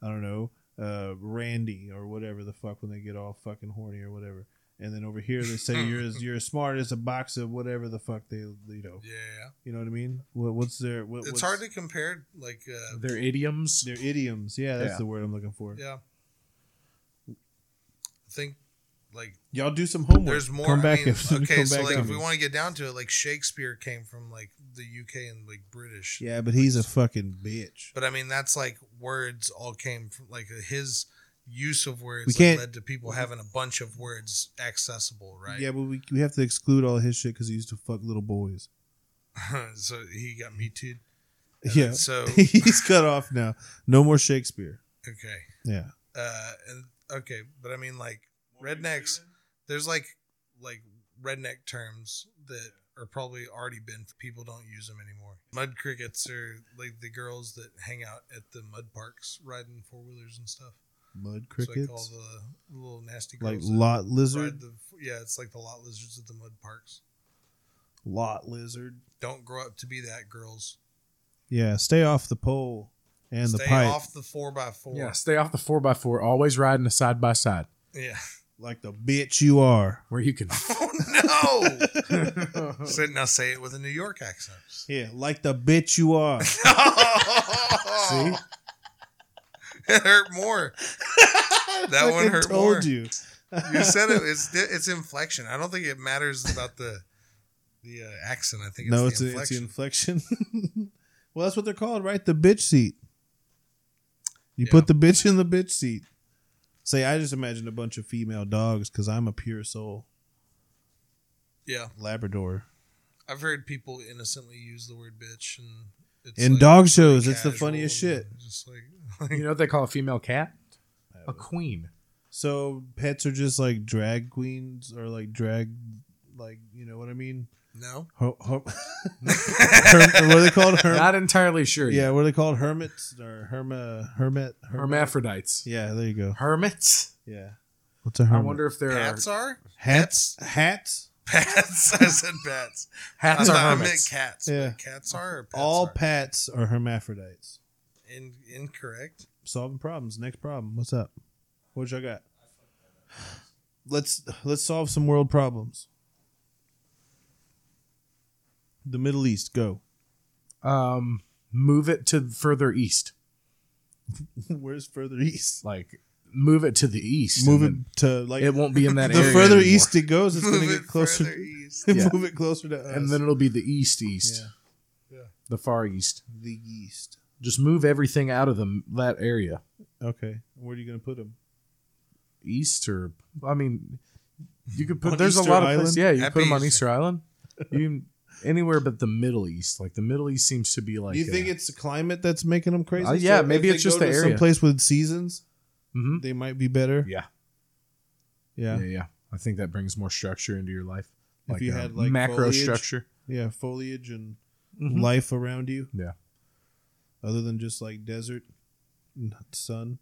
[SPEAKER 2] I don't know uh, Randy or whatever the fuck when they get all fucking horny or whatever. And then over here they say you're as you're as smart as a box of whatever the fuck they you know
[SPEAKER 1] Yeah,
[SPEAKER 2] you know what I mean. What, what's their what,
[SPEAKER 1] it's
[SPEAKER 2] what's
[SPEAKER 1] hard to compare. Like, uh,
[SPEAKER 3] Their idioms.
[SPEAKER 2] their idioms. Yeah, that's
[SPEAKER 3] Yeah.
[SPEAKER 2] the word I'm looking for.
[SPEAKER 1] yeah, I think like
[SPEAKER 2] Y'all do some homework.
[SPEAKER 1] there's more.
[SPEAKER 2] Come back
[SPEAKER 1] I mean,
[SPEAKER 2] if come
[SPEAKER 1] okay, so
[SPEAKER 2] back
[SPEAKER 1] like
[SPEAKER 2] on
[SPEAKER 1] if we
[SPEAKER 2] me.
[SPEAKER 1] want to get down to it, like Shakespeare came from like the UK and like British.
[SPEAKER 2] Yeah, but he's a fucking bitch.
[SPEAKER 1] But I mean, that's like words all came from like his use of words
[SPEAKER 2] We
[SPEAKER 1] like,
[SPEAKER 2] can't-
[SPEAKER 1] led to people having a bunch of words accessible, right?
[SPEAKER 2] Yeah, but we, we have to exclude all his shit because he used to fuck little boys.
[SPEAKER 1] so he got me too.
[SPEAKER 2] yeah,
[SPEAKER 1] So
[SPEAKER 2] he's cut off now. No more Shakespeare.
[SPEAKER 1] okay.
[SPEAKER 2] Yeah,
[SPEAKER 1] uh and okay but i mean like rednecks there's like like redneck terms that are probably already been people don't use them anymore mud crickets are like the girls that hang out at the mud parks riding four-wheelers and stuff
[SPEAKER 2] mud
[SPEAKER 1] it's like all
[SPEAKER 2] crickets,
[SPEAKER 1] the little nasty
[SPEAKER 2] like,
[SPEAKER 1] girls that
[SPEAKER 2] lot
[SPEAKER 1] ride
[SPEAKER 2] lizard,
[SPEAKER 1] the, yeah it's like the lot lizards at the mud parks
[SPEAKER 2] lot lizard.
[SPEAKER 1] don't grow up to be that girls
[SPEAKER 2] Yeah, stay off the pole and
[SPEAKER 1] stay
[SPEAKER 2] the pipe,
[SPEAKER 1] off the four by four
[SPEAKER 3] Yeah, stay off the four by four. Always riding a side by side
[SPEAKER 1] yeah
[SPEAKER 2] like the bitch you are.
[SPEAKER 3] where you can.
[SPEAKER 1] oh no so now say it with a new york accent
[SPEAKER 2] Yeah, like the bitch you are.
[SPEAKER 1] See? It hurt more. That one
[SPEAKER 2] Fucking
[SPEAKER 1] hurt
[SPEAKER 2] told
[SPEAKER 1] more. You.
[SPEAKER 2] you.
[SPEAKER 1] said it. It's it's inflection. I don't think it matters about the the uh, accent. I think it's
[SPEAKER 2] no,
[SPEAKER 1] the
[SPEAKER 2] it's, a, it's the
[SPEAKER 1] inflection.
[SPEAKER 2] inflection. well, that's what they're called, right? The bitch seat. You
[SPEAKER 1] Yeah.
[SPEAKER 2] put the bitch in the bitch seat. Say, I just imagine a bunch of female dogs because I'm a pure soul
[SPEAKER 1] Yeah,
[SPEAKER 2] Labrador.
[SPEAKER 1] I've heard people innocently use the word bitch and it's
[SPEAKER 2] In
[SPEAKER 1] like
[SPEAKER 2] dog shows, it's the
[SPEAKER 1] casual
[SPEAKER 2] funniest
[SPEAKER 1] and
[SPEAKER 2] shit.
[SPEAKER 1] Just like
[SPEAKER 3] You know what they call a female cat? A queen.
[SPEAKER 2] So pets are just like drag queens or like drag, like you know what I mean?
[SPEAKER 1] no,
[SPEAKER 2] Her- her- Herm- what are they called? Herm-
[SPEAKER 3] Not entirely sure. yet.
[SPEAKER 2] yeah, what are they called? Hermits or herma hermit? Herm-
[SPEAKER 3] Hermaphrodites.
[SPEAKER 2] yeah, there you go.
[SPEAKER 3] Hermits?
[SPEAKER 2] Yeah, what's a hermit?
[SPEAKER 3] I wonder if there are
[SPEAKER 1] pats are
[SPEAKER 2] hats. Hats.
[SPEAKER 1] pats. I said pats.
[SPEAKER 3] hats
[SPEAKER 1] I,
[SPEAKER 3] are
[SPEAKER 1] thought I meant
[SPEAKER 3] hermits.
[SPEAKER 1] cats.
[SPEAKER 2] Yeah.
[SPEAKER 1] Yeah, cats are or pets
[SPEAKER 2] All
[SPEAKER 1] are?
[SPEAKER 2] pets are hermaphrodites.
[SPEAKER 1] In, incorrect.
[SPEAKER 2] solving problems. Next problem. What's up? What y'all got? Let's let's solve some world problems. The Middle East, go.
[SPEAKER 3] Um, move it to further east.
[SPEAKER 2] Where's further east?
[SPEAKER 3] Like move it to the east.
[SPEAKER 2] Move it
[SPEAKER 3] and
[SPEAKER 2] to like
[SPEAKER 3] then It won't be in that
[SPEAKER 2] the
[SPEAKER 3] area.
[SPEAKER 2] further
[SPEAKER 3] anymore.
[SPEAKER 2] east it goes, it's gonna
[SPEAKER 1] Move
[SPEAKER 2] get
[SPEAKER 1] it
[SPEAKER 2] closer.
[SPEAKER 1] further east.
[SPEAKER 3] Yeah.
[SPEAKER 2] Move it closer to us.
[SPEAKER 3] and then it'll be the east east.
[SPEAKER 1] Yeah. Yeah.
[SPEAKER 3] The far east.
[SPEAKER 2] the east.
[SPEAKER 3] Just move everything out of the that area.
[SPEAKER 2] Okay, where are you gonna put them?
[SPEAKER 3] East or I mean you could put
[SPEAKER 2] On
[SPEAKER 3] there's
[SPEAKER 2] Easter
[SPEAKER 3] a lot of
[SPEAKER 2] Island?
[SPEAKER 3] places. Yeah, you
[SPEAKER 1] That'd
[SPEAKER 3] put
[SPEAKER 1] be
[SPEAKER 3] them on
[SPEAKER 1] Easter.
[SPEAKER 3] Easter Island. You can- anywhere but the Middle East. Like the Middle East seems to be like
[SPEAKER 2] you think
[SPEAKER 3] uh,
[SPEAKER 2] it's the climate that's making them crazy?
[SPEAKER 3] Uh, yeah,
[SPEAKER 2] if
[SPEAKER 3] maybe
[SPEAKER 2] they
[SPEAKER 3] it's just
[SPEAKER 2] go
[SPEAKER 3] the
[SPEAKER 2] to
[SPEAKER 3] area.
[SPEAKER 2] Someplace with seasons,
[SPEAKER 3] mhm.
[SPEAKER 2] they might be better.
[SPEAKER 3] yeah.
[SPEAKER 2] Yeah,
[SPEAKER 3] yeah,
[SPEAKER 2] yeah.
[SPEAKER 3] yeah, I think that brings more structure into your life.
[SPEAKER 2] If you
[SPEAKER 3] uh,
[SPEAKER 2] had, like,
[SPEAKER 3] macro
[SPEAKER 2] foliage. Mm-hmm.
[SPEAKER 3] structure.
[SPEAKER 2] foliage and
[SPEAKER 3] Mhm.
[SPEAKER 2] life around you.
[SPEAKER 3] Yeah.
[SPEAKER 2] Other than just like desert and sun.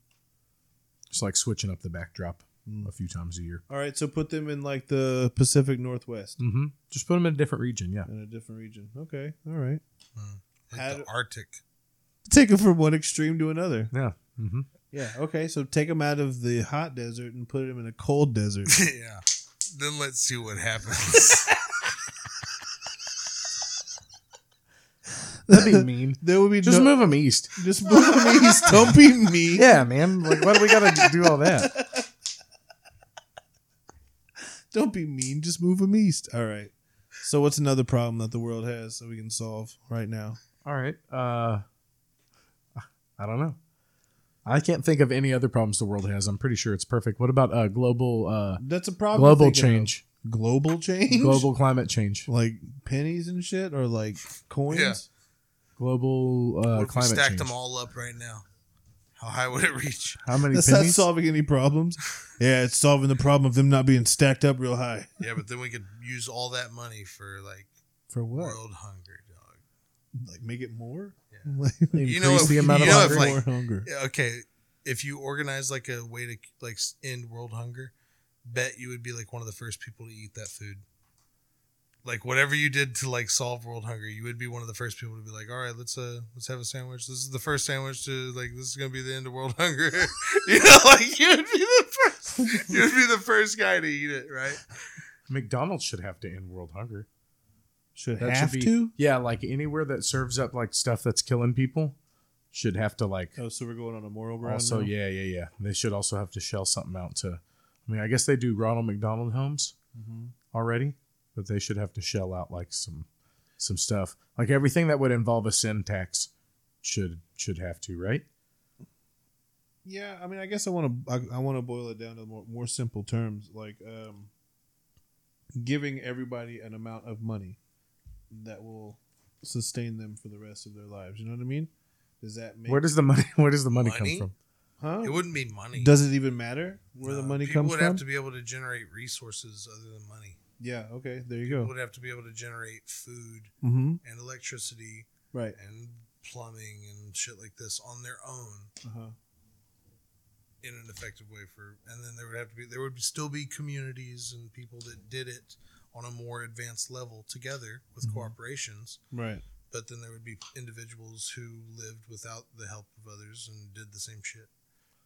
[SPEAKER 3] Just like switching up the backdrop
[SPEAKER 2] Mm.
[SPEAKER 3] a few times a year.
[SPEAKER 2] All right, so put them in like the Pacific Northwest
[SPEAKER 3] Mm-hmm. Just put them in a different region. Yeah.
[SPEAKER 2] in a different region. Okay, all right.
[SPEAKER 1] Mm. Like
[SPEAKER 2] How
[SPEAKER 1] the
[SPEAKER 2] do-
[SPEAKER 1] Arctic.
[SPEAKER 2] Take them from one extreme to another.
[SPEAKER 3] Yeah. Mm-hmm.
[SPEAKER 2] Yeah, okay, so take them out of the hot desert and put them in a cold desert.
[SPEAKER 1] yeah. Then let's see what happens.
[SPEAKER 3] That'd be mean.
[SPEAKER 2] There would be
[SPEAKER 3] Just
[SPEAKER 2] no,
[SPEAKER 3] move them east.
[SPEAKER 2] just move them east. Don't be me.
[SPEAKER 3] Yeah, man. Like, why do we gotta do all that?
[SPEAKER 2] Don't be mean. Just move them east. All right. So what's another problem that the world has that we can solve right now?
[SPEAKER 3] All right. Uh, I don't know. I can't think of any other problems the world has. I'm pretty sure it's perfect. What about uh, global uh,
[SPEAKER 2] That's a problem.
[SPEAKER 3] global
[SPEAKER 2] thinking of.
[SPEAKER 3] change,
[SPEAKER 2] Global change.
[SPEAKER 3] global climate change,
[SPEAKER 2] like pennies and shit or like coins
[SPEAKER 1] Yeah.
[SPEAKER 3] global
[SPEAKER 1] what
[SPEAKER 3] uh,
[SPEAKER 1] if we
[SPEAKER 3] climate
[SPEAKER 1] stacked
[SPEAKER 3] change?
[SPEAKER 1] them all up right now? How high would it reach?
[SPEAKER 3] How many
[SPEAKER 2] that's not
[SPEAKER 3] pennies?
[SPEAKER 2] solving any problems yeah it's solving the problem of them not being stacked up real high
[SPEAKER 1] Yeah, but then we could use all that money for like
[SPEAKER 2] for what
[SPEAKER 1] world hunger, dog.
[SPEAKER 2] like make it more
[SPEAKER 1] Yeah.
[SPEAKER 2] Like,
[SPEAKER 1] You know
[SPEAKER 2] increase
[SPEAKER 1] if-
[SPEAKER 2] the amount
[SPEAKER 1] you
[SPEAKER 2] of
[SPEAKER 1] know
[SPEAKER 2] hunger.
[SPEAKER 1] if, like-
[SPEAKER 2] more hunger
[SPEAKER 1] Yeah, okay. If you organize like a way to like s- end world hunger, bet you would be like one of the first people to eat that food. Like whatever you did to like solve world hunger, you would be one of the first people to be like, "All right, let's uh let's have a sandwich. This is the first sandwich to like this is going to be the end of world hunger." you know, like you would be the first you would be the first guy to eat it, right?
[SPEAKER 3] McDonald's should have to end world hunger.
[SPEAKER 2] should
[SPEAKER 3] That
[SPEAKER 2] have
[SPEAKER 3] should be
[SPEAKER 2] to
[SPEAKER 3] yeah, like anywhere that serves up like stuff that's killing people should have to like
[SPEAKER 2] oh so we're going on a moral ground
[SPEAKER 3] also
[SPEAKER 2] now?
[SPEAKER 3] yeah yeah yeah they should also have to shell something out to. I mean, I guess they do Ronald McDonald homes
[SPEAKER 2] Mhm.
[SPEAKER 3] already, but they should have to shell out like some some stuff like everything that would involve a sin tax should should have to right.
[SPEAKER 2] yeah i mean i guess i want to i, I want to boil it down to more, more simple terms like um giving everybody an amount of money that will sustain them for the rest of their lives you know what i mean does that make
[SPEAKER 3] Where does the money Where does the money,
[SPEAKER 1] Money?
[SPEAKER 3] come from?
[SPEAKER 2] huh?
[SPEAKER 1] It wouldn't be money.
[SPEAKER 2] Does it even matter where the
[SPEAKER 1] No,
[SPEAKER 2] money
[SPEAKER 1] people
[SPEAKER 2] comes
[SPEAKER 1] would
[SPEAKER 2] from?
[SPEAKER 1] have to be able to generate resources other than money.
[SPEAKER 2] yeah. Okay. There you
[SPEAKER 1] People
[SPEAKER 2] go.
[SPEAKER 1] would have to be able to generate food
[SPEAKER 2] Mm-hmm.
[SPEAKER 1] and electricity
[SPEAKER 2] Right.
[SPEAKER 1] and plumbing and shit like this on their own
[SPEAKER 2] Uh-huh.
[SPEAKER 1] in an effective way for and then there would have to be there would still be communities and people that did it on a more advanced level together with
[SPEAKER 3] Mm-hmm.
[SPEAKER 1] corporations
[SPEAKER 2] Right.
[SPEAKER 1] but then there would be individuals who lived without the help of others and did the same shit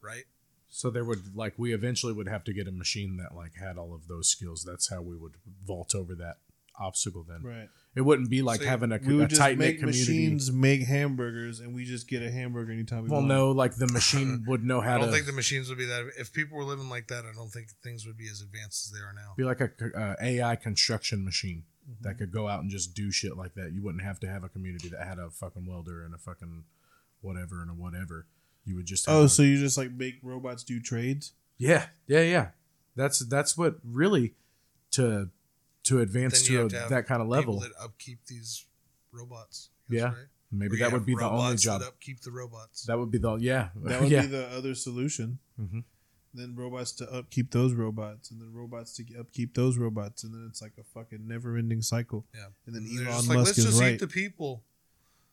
[SPEAKER 1] right
[SPEAKER 3] So there would like we eventually would have to get a machine that like had all of those skills. That's how we would vault over that obstacle. Then
[SPEAKER 2] Right.
[SPEAKER 3] it wouldn't be like
[SPEAKER 1] So
[SPEAKER 3] having a,
[SPEAKER 2] We would just
[SPEAKER 3] tight knit
[SPEAKER 2] make
[SPEAKER 3] community.
[SPEAKER 2] machines make hamburgers, and we just get a hamburger anytime we
[SPEAKER 3] Well,
[SPEAKER 2] want.
[SPEAKER 3] no, like the machine would know
[SPEAKER 1] i
[SPEAKER 3] how
[SPEAKER 1] don't
[SPEAKER 3] to
[SPEAKER 1] think the machines would be that if people were living like that i don't think things would be as advanced as they are now
[SPEAKER 3] be like a c- uh, AI construction machine Mm-hmm. that could go out and just do shit like that. You wouldn't have to have a community that had a fucking welder and a fucking whatever and a whatever. You would just have
[SPEAKER 2] Oh,
[SPEAKER 3] a-
[SPEAKER 2] so you just like make robots do trades?
[SPEAKER 3] Yeah, yeah, yeah. That's that's what really to to advance
[SPEAKER 1] Then
[SPEAKER 3] to,
[SPEAKER 1] you
[SPEAKER 3] a-
[SPEAKER 1] have to have
[SPEAKER 3] that kind of
[SPEAKER 1] People
[SPEAKER 3] level.
[SPEAKER 1] that upkeep these robots.
[SPEAKER 3] Yeah.
[SPEAKER 1] That's right. Or
[SPEAKER 3] Maybe
[SPEAKER 1] you
[SPEAKER 3] that
[SPEAKER 1] have
[SPEAKER 3] would be the only
[SPEAKER 1] robots
[SPEAKER 3] job.
[SPEAKER 1] That upkeep the robots.
[SPEAKER 3] That would be the yeah
[SPEAKER 2] That would
[SPEAKER 3] yeah.
[SPEAKER 2] be the other solution.
[SPEAKER 3] Mhm.
[SPEAKER 2] Then robots to upkeep those robots, and then robots to upkeep those robots, and then it's like a fucking never-ending cycle.
[SPEAKER 1] Yeah.
[SPEAKER 2] And then
[SPEAKER 1] They're
[SPEAKER 2] Elon
[SPEAKER 1] just
[SPEAKER 2] Musk
[SPEAKER 1] like, let's
[SPEAKER 2] is
[SPEAKER 1] just
[SPEAKER 2] right.
[SPEAKER 1] eat the people.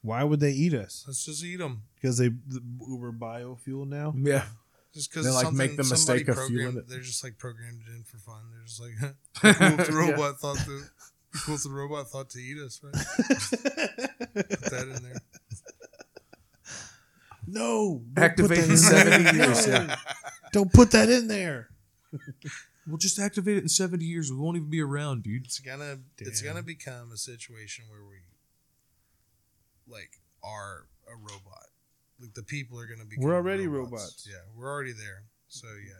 [SPEAKER 2] Why would they eat us?
[SPEAKER 1] Let's just eat them.
[SPEAKER 2] Because they the, we're biofuel now.
[SPEAKER 3] yeah.
[SPEAKER 1] Just because
[SPEAKER 3] They, like,
[SPEAKER 1] something,
[SPEAKER 3] make the
[SPEAKER 1] somebody
[SPEAKER 3] mistake of
[SPEAKER 1] programmed,
[SPEAKER 3] fueling it.
[SPEAKER 1] They're just like programmed it in for fun. They're just like, cool if the robot thought to, cool if the robot thought to eat us, right? Put that in there.
[SPEAKER 2] no, don't put
[SPEAKER 3] Activate
[SPEAKER 2] that
[SPEAKER 3] in
[SPEAKER 2] in
[SPEAKER 3] 70
[SPEAKER 2] there.
[SPEAKER 3] years, yeah.
[SPEAKER 2] Don't put that in there.
[SPEAKER 3] We'll just activate it in seventy years. We won't even be around, dude.
[SPEAKER 1] It's gonna, it's
[SPEAKER 2] Damn.
[SPEAKER 1] gonna become a situation where we, like, are a robot. Like the people are gonna be.
[SPEAKER 2] We're already robots.
[SPEAKER 1] Yeah, we're already there. So yeah,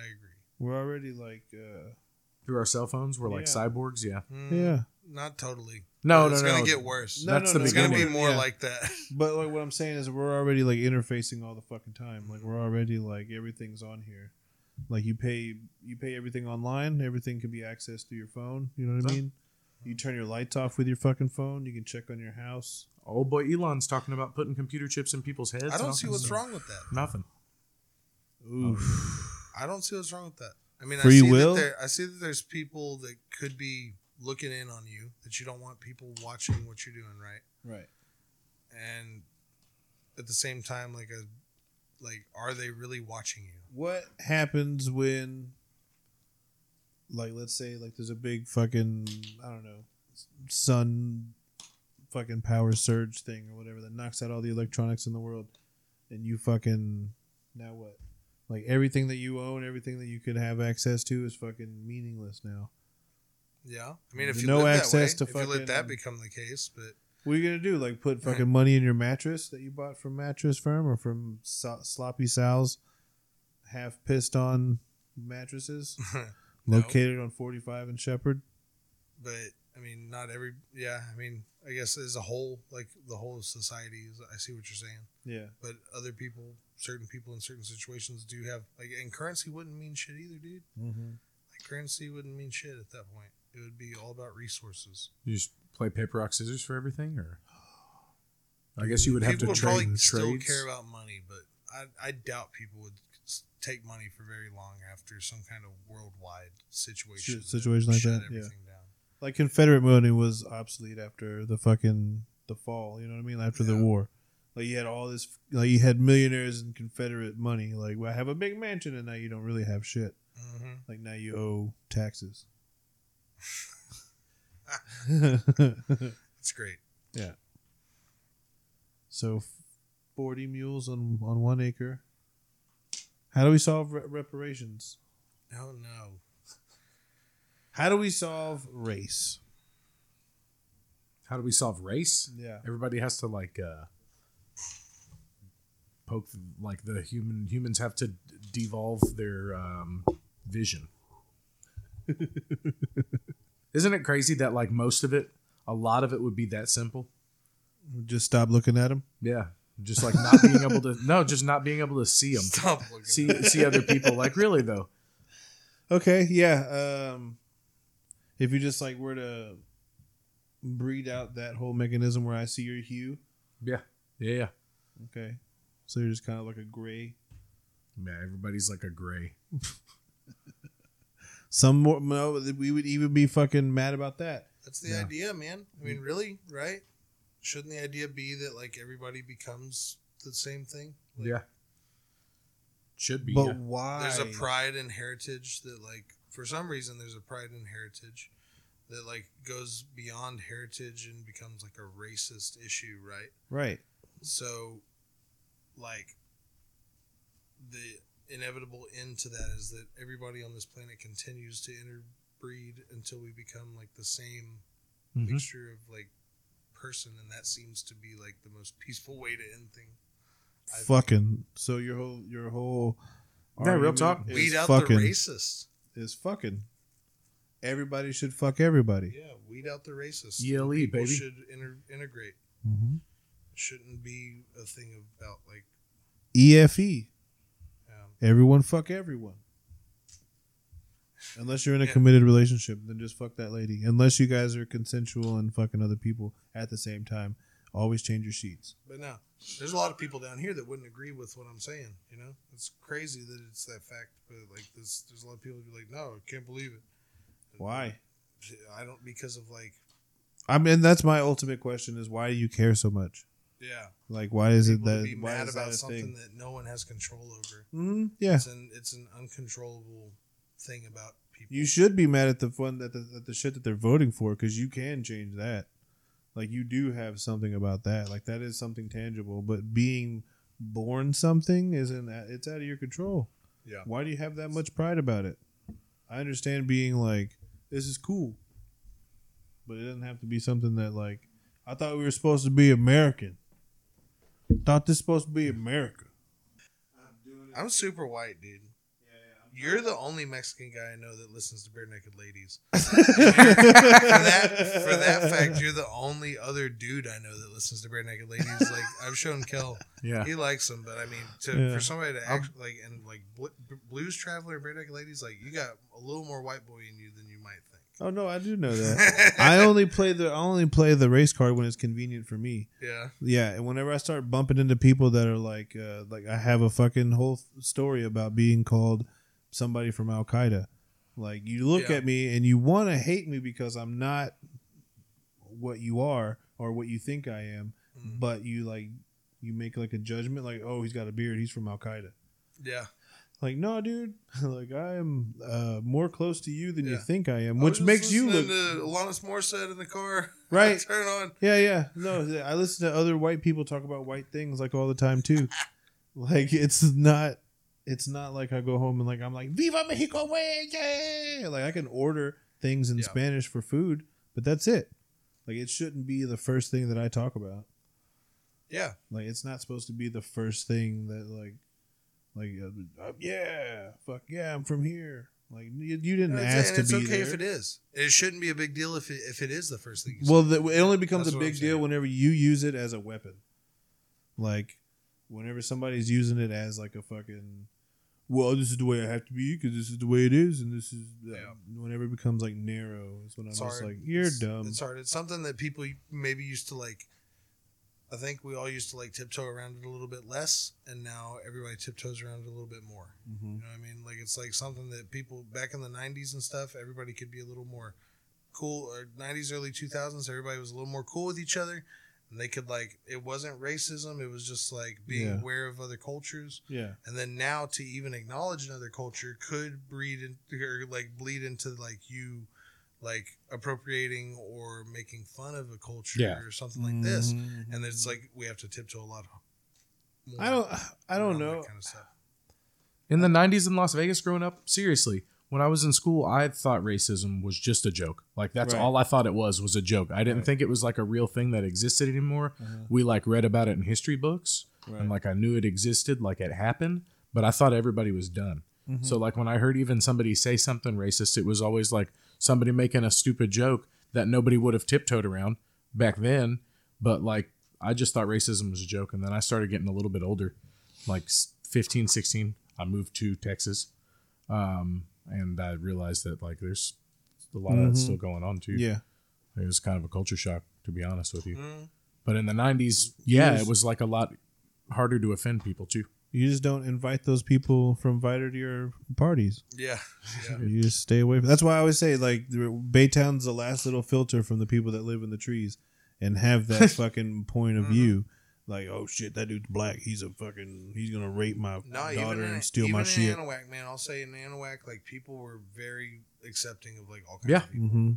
[SPEAKER 1] I, I agree.
[SPEAKER 2] We're already like, uh,
[SPEAKER 3] Through our cell phones, we're like
[SPEAKER 2] Yeah.
[SPEAKER 3] cyborgs. Yeah.
[SPEAKER 1] Mm,
[SPEAKER 2] yeah.
[SPEAKER 1] not totally.
[SPEAKER 3] No,
[SPEAKER 1] But
[SPEAKER 3] no,
[SPEAKER 1] it's
[SPEAKER 3] no.
[SPEAKER 1] gonna get worse.
[SPEAKER 2] No,
[SPEAKER 3] That's
[SPEAKER 2] no,
[SPEAKER 3] the
[SPEAKER 2] no,
[SPEAKER 1] it's gonna
[SPEAKER 3] beginning.
[SPEAKER 1] be more
[SPEAKER 2] Yeah.
[SPEAKER 1] like that.
[SPEAKER 2] But like what I'm saying is, we're already like interfacing all the fucking time. Like we're already like everything's on here. Like you pay you pay everything online. Everything can be accessed through your phone. You know what I mean? You turn your lights off with your fucking phone. You can check on your house.
[SPEAKER 3] Oh boy, Elon's talking about putting computer chips in people's heads.
[SPEAKER 1] I
[SPEAKER 3] and all
[SPEAKER 1] don't see what's
[SPEAKER 3] kinds of stuff.
[SPEAKER 1] wrong with that.
[SPEAKER 3] Nothing.
[SPEAKER 2] Oof.
[SPEAKER 1] I don't see what's wrong with that. I mean,
[SPEAKER 2] Free
[SPEAKER 1] I see
[SPEAKER 2] will?
[SPEAKER 1] That there, I see that there's people that could be looking in on you that you don't want people watching what you're doing, right?
[SPEAKER 2] Right.
[SPEAKER 1] And at the same time, like a, like, are they really watching you?
[SPEAKER 2] What happens when, like, let's say like there's a big fucking I don't know sun fucking power surge thing or whatever that knocks out all the electronics in the world, and you fucking now what? Like everything that you own, everything that you could have access to is fucking meaningless now.
[SPEAKER 1] Yeah, I mean, if you
[SPEAKER 2] No
[SPEAKER 1] live
[SPEAKER 2] access
[SPEAKER 1] that way,
[SPEAKER 2] to
[SPEAKER 1] if you let
[SPEAKER 2] fucking-
[SPEAKER 1] that become the case, but
[SPEAKER 2] What are you gonna do? Like put fucking money in your mattress that you bought from Mattress Firm or from so- Sloppy Sal's half pissed on mattresses
[SPEAKER 1] No.
[SPEAKER 2] located on 45 and Shepherd?
[SPEAKER 1] but I mean, not every. Yeah, I mean, I guess as a whole, like the whole of society is. I see what you're saying,
[SPEAKER 2] Yeah.
[SPEAKER 1] but other people, certain people in certain situations do have like, and currency wouldn't mean shit either, dude.
[SPEAKER 2] Mm-hmm.
[SPEAKER 1] Like currency wouldn't mean shit at that point. It would be all about resources.
[SPEAKER 3] You just play paper rock scissors for everything, or I guess you would have to
[SPEAKER 1] people would probably
[SPEAKER 3] trade the
[SPEAKER 1] still
[SPEAKER 3] trades.
[SPEAKER 1] care about money, but I, I doubt people would s- take money for very long after some kind of worldwide situation.
[SPEAKER 2] Shit,
[SPEAKER 1] that
[SPEAKER 2] situation like
[SPEAKER 1] shut
[SPEAKER 2] that, yeah.
[SPEAKER 1] everything down.
[SPEAKER 2] Like Confederate money was obsolete after the fucking the fall, you know what I mean? After the
[SPEAKER 1] Yeah.
[SPEAKER 2] war. Like you had all this like you had millionaires and Confederate money. Like well, I have a big mansion and now you don't really have shit.
[SPEAKER 1] Mhm.
[SPEAKER 2] Like now you owe taxes.
[SPEAKER 1] It's great.
[SPEAKER 2] So, f- forty mules on on one acre. How do we solve re- reparations?
[SPEAKER 1] Oh no,
[SPEAKER 2] How do we solve race?
[SPEAKER 3] How do we solve race?
[SPEAKER 2] Yeah,
[SPEAKER 3] Everybody has to like uh, poke the, like the human humans have to d- devolve their um, vision. Isn't it crazy that like most of it, a lot of it would be that simple?
[SPEAKER 2] just stop looking at them.
[SPEAKER 3] Yeah, just like not being able to no, just not being able to see them,
[SPEAKER 1] stop looking.
[SPEAKER 3] see
[SPEAKER 1] at that.
[SPEAKER 3] see other people. Like really though,
[SPEAKER 2] Okay, yeah. Um, if you just like were to breed out that whole mechanism where I see your hue,
[SPEAKER 3] yeah, yeah.
[SPEAKER 2] okay. So you're just kind of like a gray.
[SPEAKER 3] Man, everybody's like a gray.
[SPEAKER 2] Some more, no, we would even be fucking mad about that.
[SPEAKER 1] That's the
[SPEAKER 3] Yeah. Mm.
[SPEAKER 1] idea, man. I mean, really, right? Shouldn't the idea be that like everybody becomes the same thing? Like,
[SPEAKER 3] yeah. Should be.
[SPEAKER 2] But
[SPEAKER 3] yeah.
[SPEAKER 2] why?
[SPEAKER 1] there's a pride and heritage that like for some reason there's a pride and heritage that like goes beyond heritage and becomes like a racist issue right
[SPEAKER 2] right.
[SPEAKER 1] so like the inevitable end to that is that everybody on this planet continues to interbreed until we become like the same
[SPEAKER 3] Mhm.
[SPEAKER 2] Mm-hmm.
[SPEAKER 1] mixture of like person and that seems to be like the most peaceful way to end things I-
[SPEAKER 2] fucking. So your whole your whole
[SPEAKER 3] Yeah, real
[SPEAKER 2] argument
[SPEAKER 3] talk.
[SPEAKER 2] is
[SPEAKER 1] weed out
[SPEAKER 2] fucking,
[SPEAKER 1] the racists
[SPEAKER 2] is fucking. Everybody should fuck everybody.
[SPEAKER 1] yeah weed out the racists
[SPEAKER 3] ELE
[SPEAKER 1] people
[SPEAKER 3] baby.
[SPEAKER 1] should inter- integrate
[SPEAKER 2] Mm-hmm.
[SPEAKER 1] shouldn't be a thing about like
[SPEAKER 2] EFE.
[SPEAKER 1] um,
[SPEAKER 2] Everyone E. fuck everyone. Unless you're in a
[SPEAKER 1] Yeah.
[SPEAKER 2] committed relationship, then just fuck that lady. Unless you guys are consensual and fucking other people at the same time, always change your sheets.
[SPEAKER 1] But no, there's a lot of people down here that wouldn't agree with what I'm saying. You know, it's crazy that it's that fact. But like, this, there's a lot of people who be like, no, I can't believe it.
[SPEAKER 2] Why?
[SPEAKER 1] I don't because of like,
[SPEAKER 2] I mean, that's my ultimate question: is why do you care so much?
[SPEAKER 1] yeah,
[SPEAKER 2] Like, why is it
[SPEAKER 1] people to
[SPEAKER 2] that?
[SPEAKER 1] be
[SPEAKER 2] why
[SPEAKER 1] mad
[SPEAKER 2] is that
[SPEAKER 1] about
[SPEAKER 2] a
[SPEAKER 1] something
[SPEAKER 2] thing?
[SPEAKER 1] that no one has control over.
[SPEAKER 2] Mhm, yeah,
[SPEAKER 1] It's an it's an uncontrollable thing about people.
[SPEAKER 2] you should be mad at the fun that the, at the shit that they're voting for because you can change that. Like, you do have something about that. Like, that is something tangible. But being born something isn't. It's out of your control.
[SPEAKER 1] yeah,
[SPEAKER 2] Why do you have that much pride about it? I understand being like, this is cool, but it doesn't have to be something that like I thought we were supposed to be American. Thought this supposed to be America.
[SPEAKER 1] I'm super white, dude. You're the only Mexican guy I know that listens to bare naked ladies. For that, for that fact, you're the only other dude I know that listens to bare naked ladies. Like I've shown Kel,
[SPEAKER 3] Yeah.
[SPEAKER 1] he likes them, but I mean, to,
[SPEAKER 2] Yeah.
[SPEAKER 1] for somebody to act like and like Bl- B- Blues Traveler and bare naked ladies, like you got a little more white boy in you than you might think.
[SPEAKER 2] Oh no, I do know that. I only play the I only play the race card when it's convenient for me.
[SPEAKER 1] yeah,
[SPEAKER 2] Yeah, and whenever I start bumping into people that are like, uh, like I have a fucking whole f- story about being called somebody from Al Qaeda. Like you look
[SPEAKER 1] Yeah.
[SPEAKER 2] at me and you want to hate me because I'm not what you are or what you think I am,
[SPEAKER 1] Mm.
[SPEAKER 2] but you like you make like a judgment, like, oh, he's got a beard, he's from Al Qaeda.
[SPEAKER 1] yeah.
[SPEAKER 2] Like, no, dude, like I am uh, more close to you than you
[SPEAKER 1] Yeah.
[SPEAKER 2] think I am,
[SPEAKER 1] I was
[SPEAKER 2] which
[SPEAKER 1] just
[SPEAKER 2] makes you
[SPEAKER 1] listening
[SPEAKER 2] look
[SPEAKER 1] To Alanis Morissette in the car.
[SPEAKER 2] Right.
[SPEAKER 1] Turn on.
[SPEAKER 2] Yeah, yeah. No, th- I listen to other white people talk about white things like all the time too. Like it's not it's not like I go home and like I'm like Viva Mexico way, yeah. Like I can order things in
[SPEAKER 1] Yeah.
[SPEAKER 2] Spanish for food, but that's it. Like it shouldn't be the first thing that I talk about.
[SPEAKER 1] Yeah.
[SPEAKER 2] Like it's not supposed to be the first thing that like like uh, uh, yeah, fuck yeah, I'm from here. Like you, you didn't
[SPEAKER 1] And it's-
[SPEAKER 2] ask
[SPEAKER 1] and
[SPEAKER 2] to
[SPEAKER 1] it's
[SPEAKER 2] be
[SPEAKER 1] okay
[SPEAKER 2] there.
[SPEAKER 1] if it is. It shouldn't be a big deal if it, if it is the first thing. You
[SPEAKER 2] Well, the, it only becomes
[SPEAKER 1] That's
[SPEAKER 2] a
[SPEAKER 1] what I'm
[SPEAKER 2] big deal
[SPEAKER 1] saying.
[SPEAKER 2] whenever you use it as a weapon. Like, whenever somebody's using it as like a fucking, well, this is the way I have to be because this is the way it is, and this is uh,
[SPEAKER 1] Yeah.
[SPEAKER 2] whenever it becomes like narrow is when I'm
[SPEAKER 1] It's
[SPEAKER 2] just
[SPEAKER 1] hard.
[SPEAKER 2] like, you're
[SPEAKER 1] It's-
[SPEAKER 2] dumb.
[SPEAKER 1] It's hard. It's something that people maybe used to like. I think we all used to like tiptoe around it a little bit less, and now everybody tiptoes around it a little bit more.
[SPEAKER 2] Mhm.
[SPEAKER 1] You know what I mean? Like it's like something that people back in the '90s and stuff, everybody could be a little more cool. Or '90s, early 2000s, everybody was a little more cool with each other, and they could like it wasn't racism. It was just like being
[SPEAKER 2] Yeah.
[SPEAKER 1] aware of other cultures
[SPEAKER 2] Yeah,
[SPEAKER 1] and then now to even acknowledge another culture could breed in, or like bleed into like you like appropriating or making fun of a culture
[SPEAKER 3] Yeah.
[SPEAKER 1] or something like this
[SPEAKER 2] Mhm.
[SPEAKER 1] and it's like we have to tiptoe a lot more
[SPEAKER 2] I don't, I don't
[SPEAKER 1] around that
[SPEAKER 2] know.
[SPEAKER 1] kind of stuff.
[SPEAKER 3] In the 90s in Las Vegas growing up, seriously, when I was in school, I thought racism was just a joke. Like that's
[SPEAKER 2] Right.
[SPEAKER 3] all I thought it was was a joke. I didn't
[SPEAKER 2] Right.
[SPEAKER 3] think it was like a real thing that existed anymore.
[SPEAKER 2] Uh-huh.
[SPEAKER 3] We like read about it in history books
[SPEAKER 2] Right.
[SPEAKER 3] and like I knew it existed, like it happened, but I thought everybody was done.
[SPEAKER 2] Mhm.
[SPEAKER 3] So like when I heard even somebody say something racist, it was always like somebody making a stupid joke that nobody would have tiptoed around back then, but like I just thought racism was a joke and then I started getting a little bit older, like s- 15, 16, I moved to Texas. Um and I realized that like there's a lot of
[SPEAKER 2] Mhm.
[SPEAKER 3] that's still going on too.
[SPEAKER 2] yeah,
[SPEAKER 3] It was kind of a culture shock to be honest with you.
[SPEAKER 2] Mm-hmm.
[SPEAKER 1] Mm.
[SPEAKER 3] But in the 90s, yeah,
[SPEAKER 2] Yes.
[SPEAKER 3] it was like a lot harder to offend people too.
[SPEAKER 2] you just don't invite those people from Viter to your parties.
[SPEAKER 1] yeah yeah
[SPEAKER 2] You just stay away from. That's why I always say like the- Baytown's the last little filter from the people that live in the trees and have that fucking point of
[SPEAKER 1] Mhm.
[SPEAKER 2] view. Like, oh shit, that dude's black. He's a fucking. He's gonna rape my
[SPEAKER 1] no
[SPEAKER 2] daughter
[SPEAKER 1] even in,
[SPEAKER 2] and steal
[SPEAKER 1] even
[SPEAKER 2] my
[SPEAKER 1] in
[SPEAKER 2] shit.
[SPEAKER 1] Anahuac, man i'll say in Anahuac, like people were very accepting of like all kinds
[SPEAKER 3] Yeah.
[SPEAKER 1] of people.
[SPEAKER 2] Mm-hmm.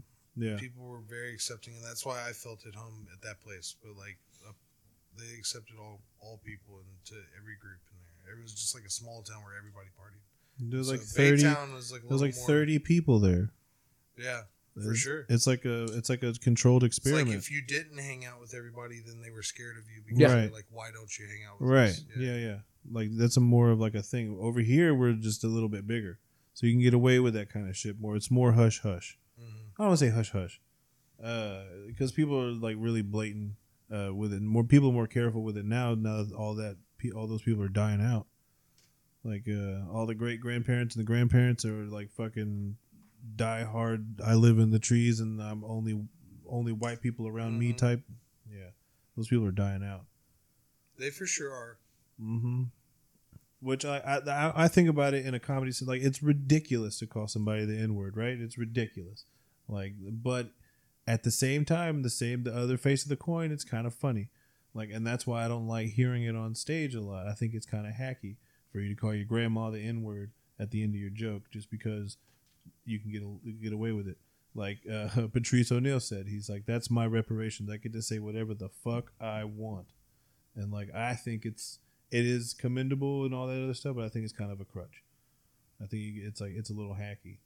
[SPEAKER 2] Yeah,
[SPEAKER 1] people were very accepting and that's why i felt at home at that place but like up, they accepted all all people and to every group in there it was just like a small town where everybody partied
[SPEAKER 2] there's
[SPEAKER 1] So
[SPEAKER 2] like thirty. There's
[SPEAKER 1] Baytown was like, a
[SPEAKER 2] like
[SPEAKER 1] little more-
[SPEAKER 2] thirty people there.
[SPEAKER 1] yeah for
[SPEAKER 2] It's-
[SPEAKER 1] sure
[SPEAKER 2] It's like a. It's like a controlled
[SPEAKER 1] it's like
[SPEAKER 2] experiment.
[SPEAKER 1] if you didn't hang out with everybody then they were scared of you because
[SPEAKER 2] Yeah.
[SPEAKER 1] they're
[SPEAKER 2] Right.
[SPEAKER 1] like why don't you hang out with
[SPEAKER 2] Right.
[SPEAKER 1] us?
[SPEAKER 2] Yeah. yeah, Like that's a more of like a thing. Over here, we're just a little bit bigger, so you can get away with that kind of shit more. It's more hush hush.
[SPEAKER 1] Mhm.
[SPEAKER 2] I don't want to say hush hush, because people are like really blatant uh, with it. More people are more careful with it now. Now that all that pe- all those people are dying out. Like uh, all the great grandparents and the grandparents are like fucking die hard. I live in the trees, and I'm only only white people around me
[SPEAKER 1] Mhm.
[SPEAKER 2] type. Yeah, those people are dying out.
[SPEAKER 1] They for sure are.
[SPEAKER 2] Mm-hmm. Which I, I- I I think about it in a comedy sense, like it's ridiculous to call somebody the N word, right? It's ridiculous. Like, but at the same time, the same the other face of the coin, it's kind of funny. Like, and that's why I don't like hearing it on stage a lot. I think it's kind of hacky for you to call your grandma the N word at the end of your joke, just because you can get a, get away with it. Like uh, Patrice O'Neill said, he's like, "That's my reparations. I get to say whatever the fuck I want," and like I think it's it is commendable and all that other stuff, but I think it's kind of a crutch. I think you- it's like it's a little hacky,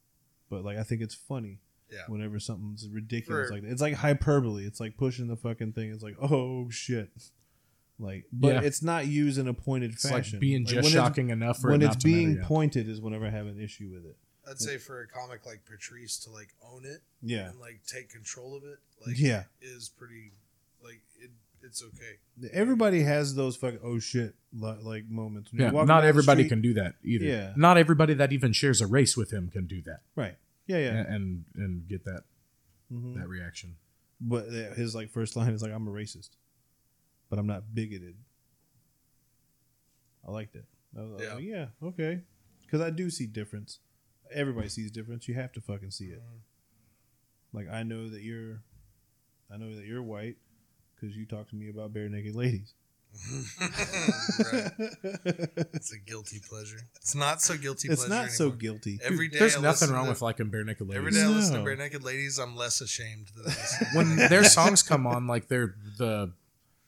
[SPEAKER 2] but like I think it's funny.
[SPEAKER 1] Yeah.
[SPEAKER 2] Whenever something's ridiculous
[SPEAKER 1] For-
[SPEAKER 2] like that, it's like hyperbole. It's like pushing the fucking thing. It's like oh shit, like but
[SPEAKER 3] Yeah.
[SPEAKER 2] it's not used in a pointed
[SPEAKER 3] It's
[SPEAKER 2] fashion.
[SPEAKER 3] like being
[SPEAKER 2] when
[SPEAKER 3] just
[SPEAKER 2] it's-
[SPEAKER 3] shocking enough for
[SPEAKER 2] when
[SPEAKER 3] it
[SPEAKER 2] it's
[SPEAKER 3] not to
[SPEAKER 2] being
[SPEAKER 3] matter, yeah.
[SPEAKER 2] pointed is whenever I have an issue with it.
[SPEAKER 1] I'd say for a comic like Patrice to like own it
[SPEAKER 2] Yeah,
[SPEAKER 1] and like take control of it, like
[SPEAKER 2] yeah.
[SPEAKER 1] is pretty like it, it's okay.
[SPEAKER 2] Everybody has those fucking oh shit li- like moments. When you're
[SPEAKER 3] Yeah,
[SPEAKER 2] walking down
[SPEAKER 3] not
[SPEAKER 2] the
[SPEAKER 3] everybody
[SPEAKER 2] street-
[SPEAKER 3] can do that either.
[SPEAKER 2] Yeah.
[SPEAKER 3] Not everybody that even shares a race with him can do that
[SPEAKER 2] Right. Yeah, yeah.
[SPEAKER 3] and, and and get that
[SPEAKER 2] Mhm.
[SPEAKER 3] that reaction.
[SPEAKER 2] But uh, his like first line is like, "I'm a racist, but I'm not bigoted." I liked it. I was
[SPEAKER 1] Yeah.
[SPEAKER 2] like, yeah, okay, because I do see difference. Everybody sees difference. You have to fucking see
[SPEAKER 1] Mm-hmm.
[SPEAKER 2] it. Like I know that you're, I know that you're white because you talk to me about bare naked ladies.
[SPEAKER 1] right. It's a guilty pleasure. It's not so guilty
[SPEAKER 2] it's
[SPEAKER 1] pleasure.
[SPEAKER 2] not so
[SPEAKER 1] anymore.
[SPEAKER 2] guilty.
[SPEAKER 1] Every
[SPEAKER 3] Dude,
[SPEAKER 1] day
[SPEAKER 3] there's
[SPEAKER 1] I
[SPEAKER 3] nothing
[SPEAKER 1] listen
[SPEAKER 3] wrong
[SPEAKER 1] to-
[SPEAKER 3] with liking bare naked ladies.
[SPEAKER 1] Every day I listen to
[SPEAKER 2] No.
[SPEAKER 1] Bare Naked Ladies, I'm less ashamed than I listen to
[SPEAKER 3] when
[SPEAKER 1] Bare
[SPEAKER 3] their
[SPEAKER 1] Naked-
[SPEAKER 3] songs come on, like they're the,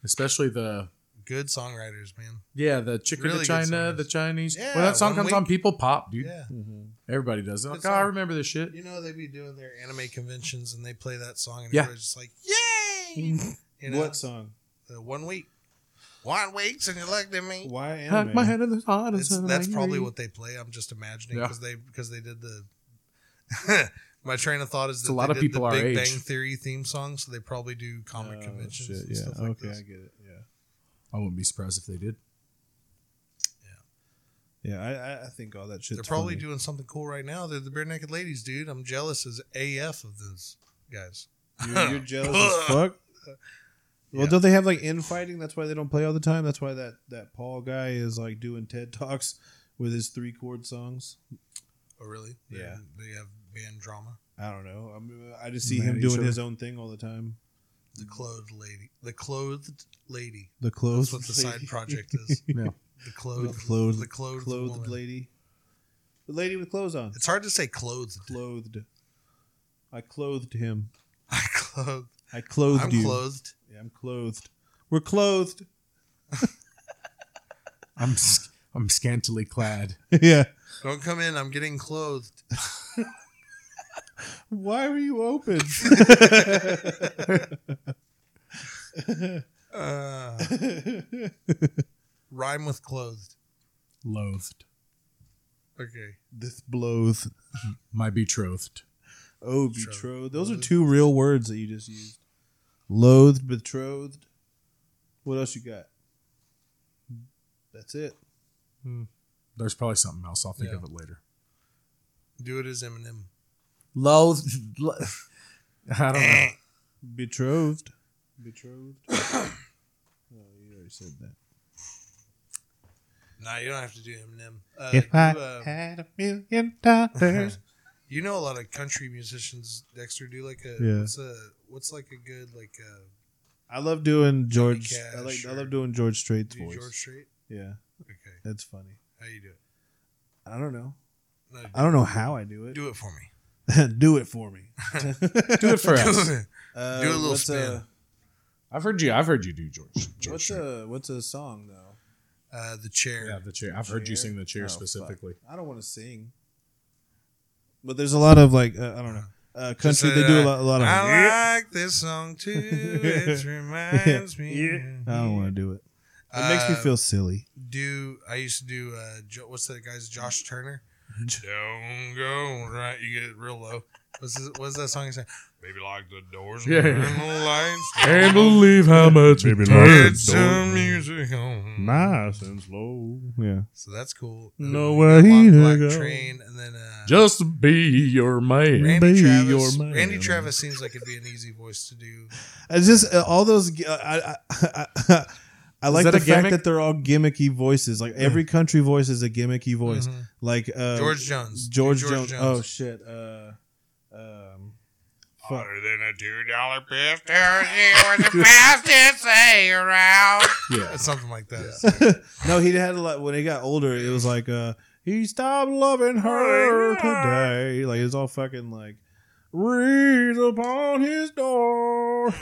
[SPEAKER 3] especially the
[SPEAKER 1] good songwriters, man.
[SPEAKER 3] yeah the chicken
[SPEAKER 1] Really
[SPEAKER 3] to
[SPEAKER 1] good
[SPEAKER 3] China,
[SPEAKER 1] songs.
[SPEAKER 3] the Chinese.
[SPEAKER 1] Yeah,
[SPEAKER 3] when that song
[SPEAKER 1] one
[SPEAKER 3] comes
[SPEAKER 1] week-
[SPEAKER 3] on, people pop, dude.
[SPEAKER 1] Yeah.
[SPEAKER 2] Mhm.
[SPEAKER 3] Everybody does. it.
[SPEAKER 1] Good
[SPEAKER 3] like, oh, I
[SPEAKER 1] song.
[SPEAKER 3] remember this shit.
[SPEAKER 1] You know they be doing their anime conventions and they play that song and
[SPEAKER 3] Yeah.
[SPEAKER 1] everybody's just like, Yay! You know,
[SPEAKER 2] What song?
[SPEAKER 1] uh, one week. One week and you looked at me.
[SPEAKER 2] Why
[SPEAKER 4] Hack
[SPEAKER 2] anime?
[SPEAKER 4] my head in the hot
[SPEAKER 1] It's, that's probably
[SPEAKER 4] what.
[SPEAKER 1] what they play. I'm just imagining
[SPEAKER 3] Yeah.
[SPEAKER 1] because they because they did the my train of thought is
[SPEAKER 3] It's
[SPEAKER 1] that
[SPEAKER 3] a lot
[SPEAKER 1] they
[SPEAKER 3] of
[SPEAKER 1] did the
[SPEAKER 3] people our
[SPEAKER 1] Big
[SPEAKER 3] age.
[SPEAKER 1] Bang Theory theme song, so they probably do comic
[SPEAKER 2] Oh,
[SPEAKER 1] conventions
[SPEAKER 2] shit,
[SPEAKER 1] and
[SPEAKER 2] yeah.
[SPEAKER 1] stuff like
[SPEAKER 2] okay,
[SPEAKER 1] this.
[SPEAKER 2] I get it. Yeah.
[SPEAKER 3] I wouldn't be surprised if they did.
[SPEAKER 2] Yeah, I, I- I think all that shit.
[SPEAKER 1] They're probably doing something cool right now. They're the bare naked ladies, dude. I'm jealous as AF of those guys.
[SPEAKER 2] You're, you're jealous as fuck. Well, don't they have like infighting? That's why they don't play all the time. That's why that that Paul guy is like doing TED talks with his three chord songs.
[SPEAKER 1] Oh, really?
[SPEAKER 2] Yeah.
[SPEAKER 1] They, they have band drama.
[SPEAKER 2] I don't know. I'm, I just see
[SPEAKER 3] Mad
[SPEAKER 2] him
[SPEAKER 3] at
[SPEAKER 2] doing
[SPEAKER 3] each
[SPEAKER 2] his own thing all the time.
[SPEAKER 1] The clothed lady. The clothed lady.
[SPEAKER 2] The
[SPEAKER 1] That's
[SPEAKER 2] clothes.
[SPEAKER 1] what the side project is.
[SPEAKER 3] Yeah.
[SPEAKER 1] The clothed.
[SPEAKER 2] The clothed-
[SPEAKER 1] The clothed,
[SPEAKER 2] Clothed
[SPEAKER 1] woman.
[SPEAKER 2] lady. The lady with clothes on.
[SPEAKER 1] It's hard to say clothed.
[SPEAKER 2] Clothed. I clothed him.
[SPEAKER 1] I clothed.
[SPEAKER 2] I clothed
[SPEAKER 1] I'm
[SPEAKER 2] you.
[SPEAKER 1] clothed.
[SPEAKER 2] Yeah, I'm clothed. We're clothed.
[SPEAKER 3] I'm sc- I'm scantily clad.
[SPEAKER 2] yeah.
[SPEAKER 1] Don't come in. I'm getting clothed.
[SPEAKER 2] Why were you open?
[SPEAKER 1] Uh, rhyme with clothed.
[SPEAKER 3] Loathed.
[SPEAKER 1] Okay.
[SPEAKER 2] this blows.
[SPEAKER 3] My betrothed.
[SPEAKER 2] Oh,
[SPEAKER 1] Betrothed.
[SPEAKER 2] betrothed. Those are
[SPEAKER 1] Loathed.
[SPEAKER 2] two real words that you just used. Loathed, betrothed. What else you got? That's it.
[SPEAKER 3] There's probably something else. I'll think
[SPEAKER 1] Yeah.
[SPEAKER 3] of it later.
[SPEAKER 1] Do it as Eminem.
[SPEAKER 3] Loathed. I don't
[SPEAKER 5] Eh.
[SPEAKER 3] know.
[SPEAKER 2] Betrothed. Betrothed. oh, you already said that.
[SPEAKER 1] Nah, you don't have to do Eminem. Uh,
[SPEAKER 4] If I
[SPEAKER 1] do, uh,
[SPEAKER 4] had a million dollars.
[SPEAKER 1] You know, a lot of country musicians, Dexter, do like a
[SPEAKER 2] Yeah.
[SPEAKER 1] what's a what's like a good like uh, a
[SPEAKER 2] I love doing George.
[SPEAKER 1] Cash
[SPEAKER 2] I like. I
[SPEAKER 1] or-
[SPEAKER 2] love doing George Strait's
[SPEAKER 1] do
[SPEAKER 2] voice.
[SPEAKER 1] George Strait.
[SPEAKER 2] Yeah,
[SPEAKER 1] Okay,
[SPEAKER 2] that's funny.
[SPEAKER 1] how you do it?
[SPEAKER 2] I don't know.
[SPEAKER 1] No,
[SPEAKER 2] I don't know how I do
[SPEAKER 1] do,
[SPEAKER 2] it.
[SPEAKER 1] do it for me.
[SPEAKER 2] do it for me.
[SPEAKER 3] Do it for us.
[SPEAKER 2] Uh,
[SPEAKER 1] Do a little
[SPEAKER 2] what's
[SPEAKER 1] spin.
[SPEAKER 2] A,
[SPEAKER 3] I've heard you. I've heard you do George. George
[SPEAKER 2] what's
[SPEAKER 3] Strait.
[SPEAKER 2] a what's a song though?
[SPEAKER 1] uh, the chair.
[SPEAKER 3] Yeah, the chair. I've heard you
[SPEAKER 2] Chair?
[SPEAKER 3] sing the chair
[SPEAKER 2] Oh, fuck.
[SPEAKER 3] specifically.
[SPEAKER 2] I don't want to sing. But there's a lot of like uh, I don't know uh,
[SPEAKER 1] Just
[SPEAKER 2] country.
[SPEAKER 1] say
[SPEAKER 2] they do a
[SPEAKER 1] that.
[SPEAKER 2] lot, a lot of. I,
[SPEAKER 1] I like this song too. It reminds me. of
[SPEAKER 2] don't
[SPEAKER 1] you.
[SPEAKER 2] want to do it. It makes me
[SPEAKER 1] Uh,
[SPEAKER 2] feel silly.
[SPEAKER 1] Do I used to do? Uh, jo- what's that guy's Josh Turner? Don't
[SPEAKER 2] Mm-hmm.
[SPEAKER 1] go right. You get it real low. What's, this, what's that song you sang? Maybe lock the doors and
[SPEAKER 3] Yeah.
[SPEAKER 1] turn the lights.
[SPEAKER 3] Can't believe how much
[SPEAKER 2] Maybe
[SPEAKER 3] it
[SPEAKER 2] not.
[SPEAKER 1] Get
[SPEAKER 3] turns.
[SPEAKER 2] Doors.
[SPEAKER 1] some music on.
[SPEAKER 2] Nice and slow. Yeah.
[SPEAKER 1] So that's cool.
[SPEAKER 2] Know
[SPEAKER 1] We got
[SPEAKER 2] where
[SPEAKER 1] Long
[SPEAKER 2] he
[SPEAKER 1] Black
[SPEAKER 2] go.
[SPEAKER 1] Train, and then uh,
[SPEAKER 3] Just to be your man.
[SPEAKER 1] Randy
[SPEAKER 2] be
[SPEAKER 1] Travis.
[SPEAKER 2] your man.
[SPEAKER 1] Randy Travis seems like it'd be an easy voice to do.
[SPEAKER 2] I just uh, all those. gi- I I, I, I like
[SPEAKER 3] that
[SPEAKER 2] the
[SPEAKER 3] a
[SPEAKER 2] fact
[SPEAKER 3] gimmick?
[SPEAKER 2] that they're all gimmicky voices. Like every country voice is a gimmicky voice.
[SPEAKER 1] Mhm.
[SPEAKER 2] Like uh,
[SPEAKER 1] George Jones. Do
[SPEAKER 2] George, Jones. Oh shit. Uh, um, fuck.
[SPEAKER 1] Hotter than a two dollar bill, was the fastest say around.
[SPEAKER 2] Oh,
[SPEAKER 3] Yeah.
[SPEAKER 1] Something like that.
[SPEAKER 2] no, he had a lot when he got older. It was like uh, he stopped loving her today. Like it's all fucking like reads upon his door.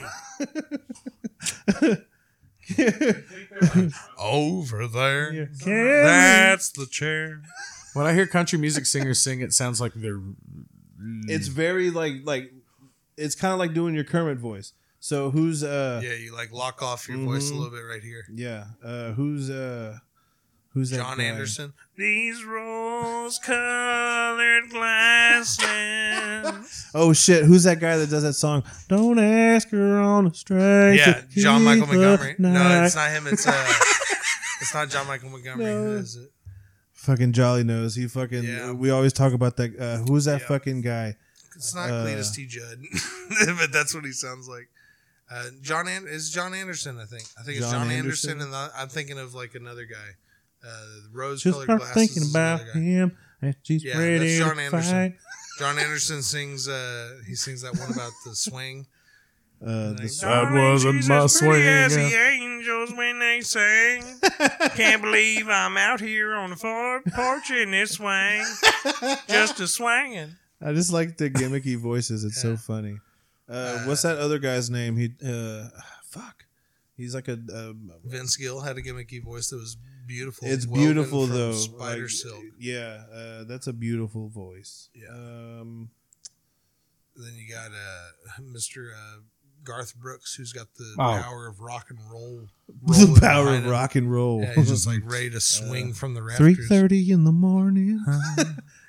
[SPEAKER 1] Over there,
[SPEAKER 2] Can
[SPEAKER 1] that's the chair.
[SPEAKER 3] When I hear country music singers sing, it sounds like they're.
[SPEAKER 2] it's very like like it's kind of like doing your Kermit voice. So who's uh yeah,
[SPEAKER 1] Yeah, you like lock off your voice a
[SPEAKER 2] Mhm.
[SPEAKER 1] little bit right here.
[SPEAKER 2] uh who's uh who's that
[SPEAKER 1] John
[SPEAKER 2] guy?
[SPEAKER 1] Anderson. These rose-colored glasses.
[SPEAKER 2] Oh shit, who's that guy that does that song? Don't ask her on a straight.
[SPEAKER 1] yeah,
[SPEAKER 2] to
[SPEAKER 1] John Michael
[SPEAKER 2] keep the
[SPEAKER 1] Montgomery. No,
[SPEAKER 2] night.
[SPEAKER 1] it's not him. It's uh, it's not John Michael Montgomery. Who
[SPEAKER 2] No.
[SPEAKER 1] is it?
[SPEAKER 2] fucking Jolly knows. He fucking
[SPEAKER 1] Yeah.
[SPEAKER 2] we always talk about that uh who's that
[SPEAKER 1] Yeah.
[SPEAKER 2] fucking guy?
[SPEAKER 1] It's not
[SPEAKER 2] Uh,
[SPEAKER 1] Cletus T. Judd, but that's what he sounds like. Uh, John An- is John Anderson, I think. I think it's
[SPEAKER 2] John
[SPEAKER 1] John Anderson, and
[SPEAKER 2] Anderson?
[SPEAKER 1] the, I'm thinking of like another guy. Uh,
[SPEAKER 2] Just
[SPEAKER 1] Rose-colored
[SPEAKER 2] start
[SPEAKER 1] glasses.
[SPEAKER 2] thinking
[SPEAKER 1] is
[SPEAKER 2] about
[SPEAKER 1] another guy.
[SPEAKER 2] him and she's
[SPEAKER 1] Yeah, that's
[SPEAKER 2] ready
[SPEAKER 1] John
[SPEAKER 2] to
[SPEAKER 1] Anderson.
[SPEAKER 2] fight.
[SPEAKER 1] John Anderson sings. Uh, he sings that one about the swing.
[SPEAKER 2] Uh,
[SPEAKER 1] Like,
[SPEAKER 2] the,
[SPEAKER 3] That wasn't
[SPEAKER 5] Jesus,
[SPEAKER 3] my
[SPEAKER 5] pretty
[SPEAKER 3] swing,
[SPEAKER 5] As the
[SPEAKER 3] yeah.
[SPEAKER 5] angels when they sing. Can't believe I'm out here on the front porch in this swing, just a swinging.
[SPEAKER 2] I just like the gimmicky voices. It's
[SPEAKER 1] Yeah.
[SPEAKER 2] so funny. Uh, what's that other guy's name? He uh, fuck. He's like a. Um,
[SPEAKER 1] Vince Gill had a gimmicky voice that was beautiful.
[SPEAKER 2] it's
[SPEAKER 1] woven
[SPEAKER 2] beautiful
[SPEAKER 1] from
[SPEAKER 2] though.
[SPEAKER 1] Spider
[SPEAKER 2] Like,
[SPEAKER 1] silk.
[SPEAKER 2] Yeah, uh, that's a beautiful voice.
[SPEAKER 1] Yeah.
[SPEAKER 2] Um,
[SPEAKER 1] Then you got uh, Mr. Uh, Garth Brooks, who's got the
[SPEAKER 3] Oh.
[SPEAKER 1] power of rock and roll.
[SPEAKER 2] the
[SPEAKER 1] rolling
[SPEAKER 2] power
[SPEAKER 1] behind
[SPEAKER 2] of
[SPEAKER 1] him.
[SPEAKER 2] rock and roll. Uh,
[SPEAKER 1] Yeah, he's just like ready to swing from the
[SPEAKER 2] Three
[SPEAKER 1] rafters.
[SPEAKER 2] thirty in the morning.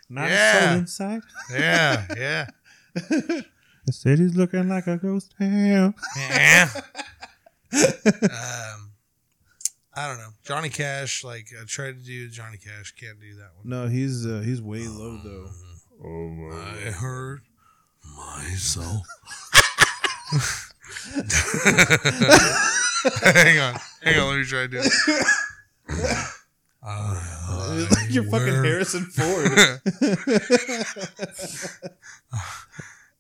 [SPEAKER 2] Not a
[SPEAKER 1] Yeah.
[SPEAKER 2] soul inside.
[SPEAKER 1] Yeah, yeah,
[SPEAKER 2] The city's looking like a ghost town.
[SPEAKER 1] yeah. um, I don't know. Johnny Cash, like I tried to do Johnny Cash, can't do that one.
[SPEAKER 2] No, he's uh, he's way low though. Oh,
[SPEAKER 1] I hurt myself. hang on, hang on. Let me try to do it. I
[SPEAKER 2] It's like you're fucking
[SPEAKER 1] wear-
[SPEAKER 2] Harrison Ford.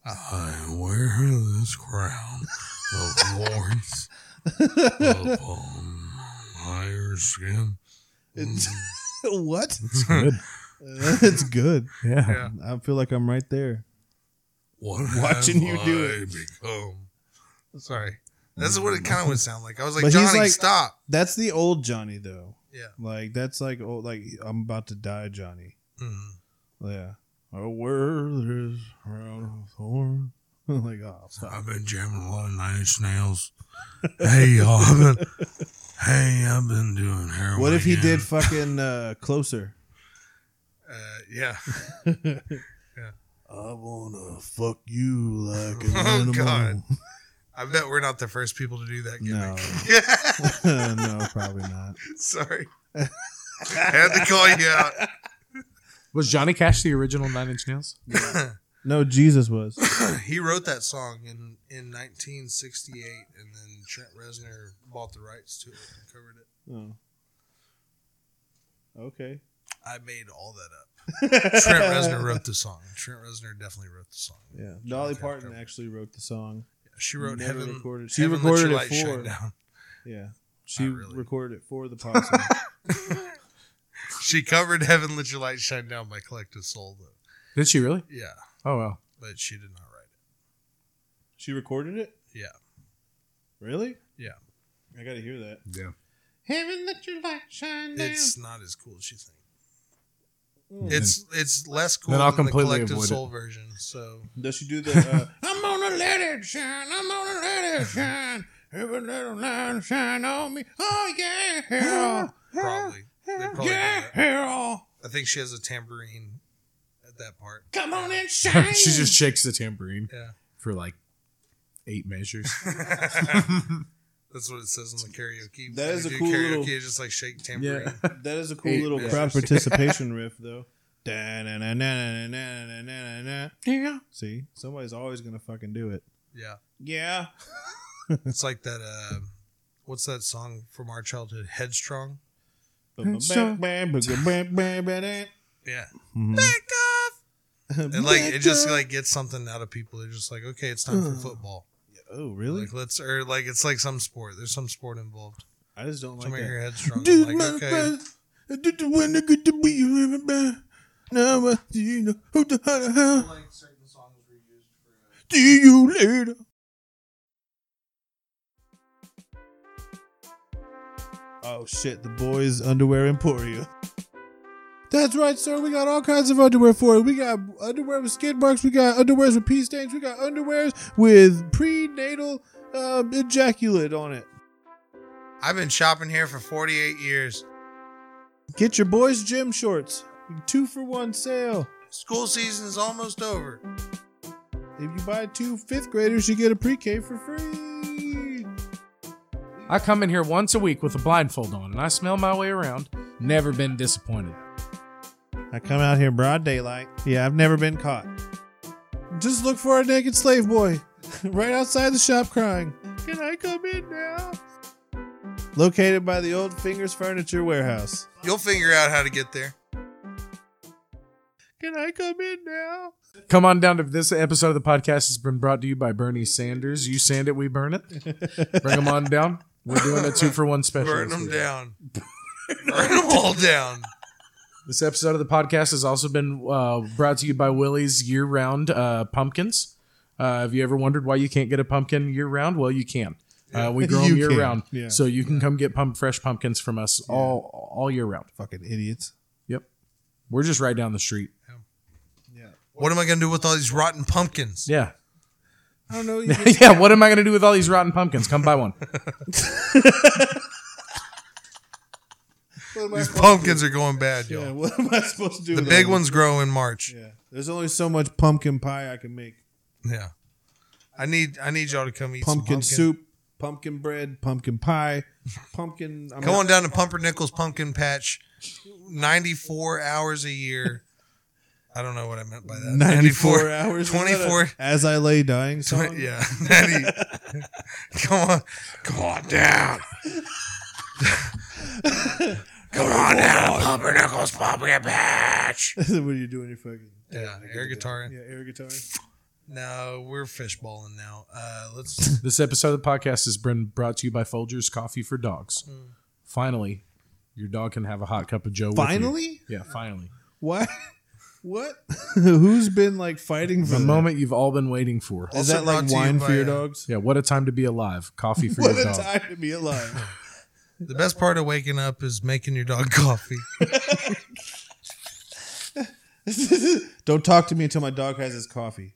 [SPEAKER 1] I wear this crown of thorns upon my higher skin.
[SPEAKER 2] It's- what?
[SPEAKER 3] good.
[SPEAKER 2] Uh, it's good.
[SPEAKER 3] Yeah.
[SPEAKER 1] Yeah.
[SPEAKER 2] I feel like I'm right there.
[SPEAKER 1] What
[SPEAKER 2] Watching
[SPEAKER 1] have
[SPEAKER 2] you do
[SPEAKER 1] I
[SPEAKER 2] it.
[SPEAKER 1] become? Sorry, that's what it kind of would sound like. I was like,
[SPEAKER 2] But he's
[SPEAKER 1] Johnny,
[SPEAKER 2] like-
[SPEAKER 1] stop.
[SPEAKER 2] That's the old Johnny though.
[SPEAKER 1] Yeah.
[SPEAKER 2] Like that's like old like I'm about to die Johnny.
[SPEAKER 1] Mhm.
[SPEAKER 2] Yeah. A world is round of thorn. like oh fuck.
[SPEAKER 1] I've been jamming a lot of Nine Inch Nails. hey, y'all. I've been, hey, I've been doing heroin.
[SPEAKER 2] What if he
[SPEAKER 1] again.
[SPEAKER 2] did fucking uh, closer?
[SPEAKER 1] Uh, yeah.
[SPEAKER 2] I wanna fuck you like
[SPEAKER 1] an Oh, animal. God. I bet we're not the first people to do that
[SPEAKER 2] No.
[SPEAKER 1] gimmick. Yeah.
[SPEAKER 2] no, probably not.
[SPEAKER 1] Sorry. had to call you out.
[SPEAKER 3] Was Johnny Cash the original Nine Inch Nails?
[SPEAKER 2] No, Jesus was.
[SPEAKER 1] he wrote that song in, in 1968, and then Trent Reznor bought the rights to it and covered it.
[SPEAKER 2] Oh. Okay.
[SPEAKER 1] I made all that up. Trent Reznor wrote the song. Trent Reznor definitely wrote the song.
[SPEAKER 2] Yeah. Dolly
[SPEAKER 1] Okay,
[SPEAKER 2] Parton
[SPEAKER 1] okay.
[SPEAKER 2] actually wrote the song.
[SPEAKER 1] She wrote
[SPEAKER 2] Never
[SPEAKER 1] Heaven.
[SPEAKER 2] recorded- she
[SPEAKER 1] Heaven Let Your
[SPEAKER 2] recorded it
[SPEAKER 1] Light Shine
[SPEAKER 2] for-
[SPEAKER 1] Down.
[SPEAKER 2] Yeah. She
[SPEAKER 1] Not really.
[SPEAKER 2] recorded it for the possum.
[SPEAKER 1] She covered Heaven Let Your Light Shine Down by Collective Soul, though.
[SPEAKER 3] Did she really?
[SPEAKER 1] Yeah,
[SPEAKER 3] Oh, well.
[SPEAKER 1] but she did not write
[SPEAKER 2] she recorded it?
[SPEAKER 1] Yeah.
[SPEAKER 2] Really?
[SPEAKER 1] Yeah.
[SPEAKER 2] I gotta hear that.
[SPEAKER 3] Yeah.
[SPEAKER 4] Heaven, let your light shine
[SPEAKER 1] it.
[SPEAKER 4] down.
[SPEAKER 1] It's not as cool as you think. It's it's less cool
[SPEAKER 3] Then I'll
[SPEAKER 1] than the
[SPEAKER 3] completely
[SPEAKER 1] Collective
[SPEAKER 3] avoid it.
[SPEAKER 1] Soul version. So
[SPEAKER 2] Does she do the uh,
[SPEAKER 4] I'm gonna let it shine. I'm gonna let it shine. Every little light shine on me. Oh yeah,
[SPEAKER 2] uh,
[SPEAKER 1] probably they probably. do
[SPEAKER 4] yeah,
[SPEAKER 1] that.
[SPEAKER 4] hero.
[SPEAKER 1] I think she has a tambourine that part.
[SPEAKER 4] Come on and shine.
[SPEAKER 3] she just shakes the tambourine
[SPEAKER 1] Yeah.
[SPEAKER 3] for like eight measures.
[SPEAKER 1] That's what it says on the karaoke.
[SPEAKER 2] That
[SPEAKER 1] When
[SPEAKER 2] is
[SPEAKER 1] you
[SPEAKER 2] a
[SPEAKER 1] do
[SPEAKER 2] cool
[SPEAKER 1] karaoke,
[SPEAKER 2] little-
[SPEAKER 1] you just like shake tambourine.
[SPEAKER 2] That is a cool
[SPEAKER 3] Eight
[SPEAKER 2] little
[SPEAKER 1] measures.
[SPEAKER 2] crowd participation riff, though. Da-na-na-na-na-na-na-na-na-na.
[SPEAKER 4] Yeah.
[SPEAKER 2] See, somebody's always gonna fucking do it.
[SPEAKER 1] Yeah.
[SPEAKER 2] Yeah.
[SPEAKER 1] It's like that. Uh, what's that song from our childhood? Headstrong.
[SPEAKER 2] Mhm.
[SPEAKER 1] Yeah. Back off. And like it just
[SPEAKER 2] Mm-hmm.
[SPEAKER 1] like gets something out of people. They're just like, okay, it's time for football.
[SPEAKER 2] oh really?
[SPEAKER 1] Like let's or like it's like some sport. There's some sport involved.
[SPEAKER 2] I just don't like
[SPEAKER 1] Somebody
[SPEAKER 2] that.
[SPEAKER 1] here headstrong.
[SPEAKER 2] Dude,
[SPEAKER 1] I'm
[SPEAKER 2] my
[SPEAKER 1] like, okay.
[SPEAKER 2] friends, I did the one that good to be you, everybody. Now I do you know who the hell the hell
[SPEAKER 1] Like certain songs were used for.
[SPEAKER 2] do you later? Oh shit, the boys underwear emporia. That's right, sir. We got all kinds of underwear for it. We got underwear with skid marks. We got underwears with pee stains. We got underwears with prenatal uh, ejaculate on it.
[SPEAKER 1] I've been shopping here for 48 years.
[SPEAKER 2] Get your boys' gym shorts. Two for one sale.
[SPEAKER 1] School season is almost over.
[SPEAKER 2] If you buy two fifth graders, you get a pre-K for free.
[SPEAKER 3] I come in here once a week with a blindfold on and I smell my way around. Never been disappointed.
[SPEAKER 2] I come out here broad daylight. Yeah, I've never been caught. Just look for our naked slave boy, right outside the shop, crying. Can I come in now? Located by the old Fingers Furniture Warehouse.
[SPEAKER 1] You'll figure out how to get there.
[SPEAKER 2] Can I come in now?
[SPEAKER 3] Come on down to this episode of the podcast has been brought to you by Bernie Sanders. You sand it, we burn it. Bring them on down. We're doing a two for one special.
[SPEAKER 1] Burn
[SPEAKER 3] this
[SPEAKER 1] them
[SPEAKER 3] week.
[SPEAKER 1] down. Burn them all down.
[SPEAKER 3] This episode of the podcast has also been uh, brought to you by Willie's year round uh, pumpkins. Uh, have you ever wondered why you can't get a pumpkin year round? Well, you can. Uh, we grow
[SPEAKER 2] You
[SPEAKER 3] them year
[SPEAKER 2] can,
[SPEAKER 3] round.
[SPEAKER 2] yeah.
[SPEAKER 3] So you can come get pump- fresh pumpkins from us all all year round.
[SPEAKER 2] Fucking idiots.
[SPEAKER 3] Yep. We're just right down the street.
[SPEAKER 1] What am I going to do with all these rotten pumpkins?
[SPEAKER 3] Yeah.
[SPEAKER 2] I don't know. You
[SPEAKER 3] yeah. What am I going to do with all these rotten pumpkins? Come buy one.
[SPEAKER 1] These pumpkins are going bad,
[SPEAKER 2] yeah,
[SPEAKER 1] y'all.
[SPEAKER 2] what am I supposed to do?
[SPEAKER 1] The
[SPEAKER 2] with
[SPEAKER 1] big
[SPEAKER 2] all
[SPEAKER 1] ones grow in March.
[SPEAKER 2] this? Yeah, there's only so much pumpkin pie I can make.
[SPEAKER 1] Yeah. I need I need y'all to come eat
[SPEAKER 2] pumpkin,
[SPEAKER 1] some
[SPEAKER 2] soup, pumpkin bread, pumpkin pie, pumpkin. I'm
[SPEAKER 1] Come on down to Pumpernickel's Pumpkin Patch. 94 hours a year. I don't know what I meant by that.
[SPEAKER 2] 94, hours. Is that a
[SPEAKER 1] 24.
[SPEAKER 2] As I lay dying. Song?
[SPEAKER 1] Yeah. 90. Come on. Come on down. Come on down. Pumpernickel's Pumpkin Patch.
[SPEAKER 2] what are you doing? Your fucking
[SPEAKER 1] Yeah. Air guitar.
[SPEAKER 2] yeah, air guitar.
[SPEAKER 1] No, we're fishballing now. Uh, let's.
[SPEAKER 3] This episode of the podcast has been brought to you by Folgers Coffee for Dogs.
[SPEAKER 2] Mm.
[SPEAKER 3] Finally, your dog can have a hot cup of Joe. with you.
[SPEAKER 2] Finally,
[SPEAKER 3] yeah, finally.
[SPEAKER 2] what? What? Who's been like fighting for
[SPEAKER 3] The
[SPEAKER 2] that?
[SPEAKER 3] moment you've all been waiting for.
[SPEAKER 2] Is
[SPEAKER 1] Also
[SPEAKER 2] that like
[SPEAKER 1] brought to you
[SPEAKER 2] wine for
[SPEAKER 1] by,
[SPEAKER 2] your
[SPEAKER 1] uh,
[SPEAKER 2] dogs?
[SPEAKER 3] Yeah, what a time to be alive. Coffee for
[SPEAKER 2] What
[SPEAKER 3] your
[SPEAKER 2] a
[SPEAKER 3] dog.
[SPEAKER 2] time to be alive!
[SPEAKER 1] The best part of waking up is making your dog coffee.
[SPEAKER 2] Don't talk to me until my dog has his coffee.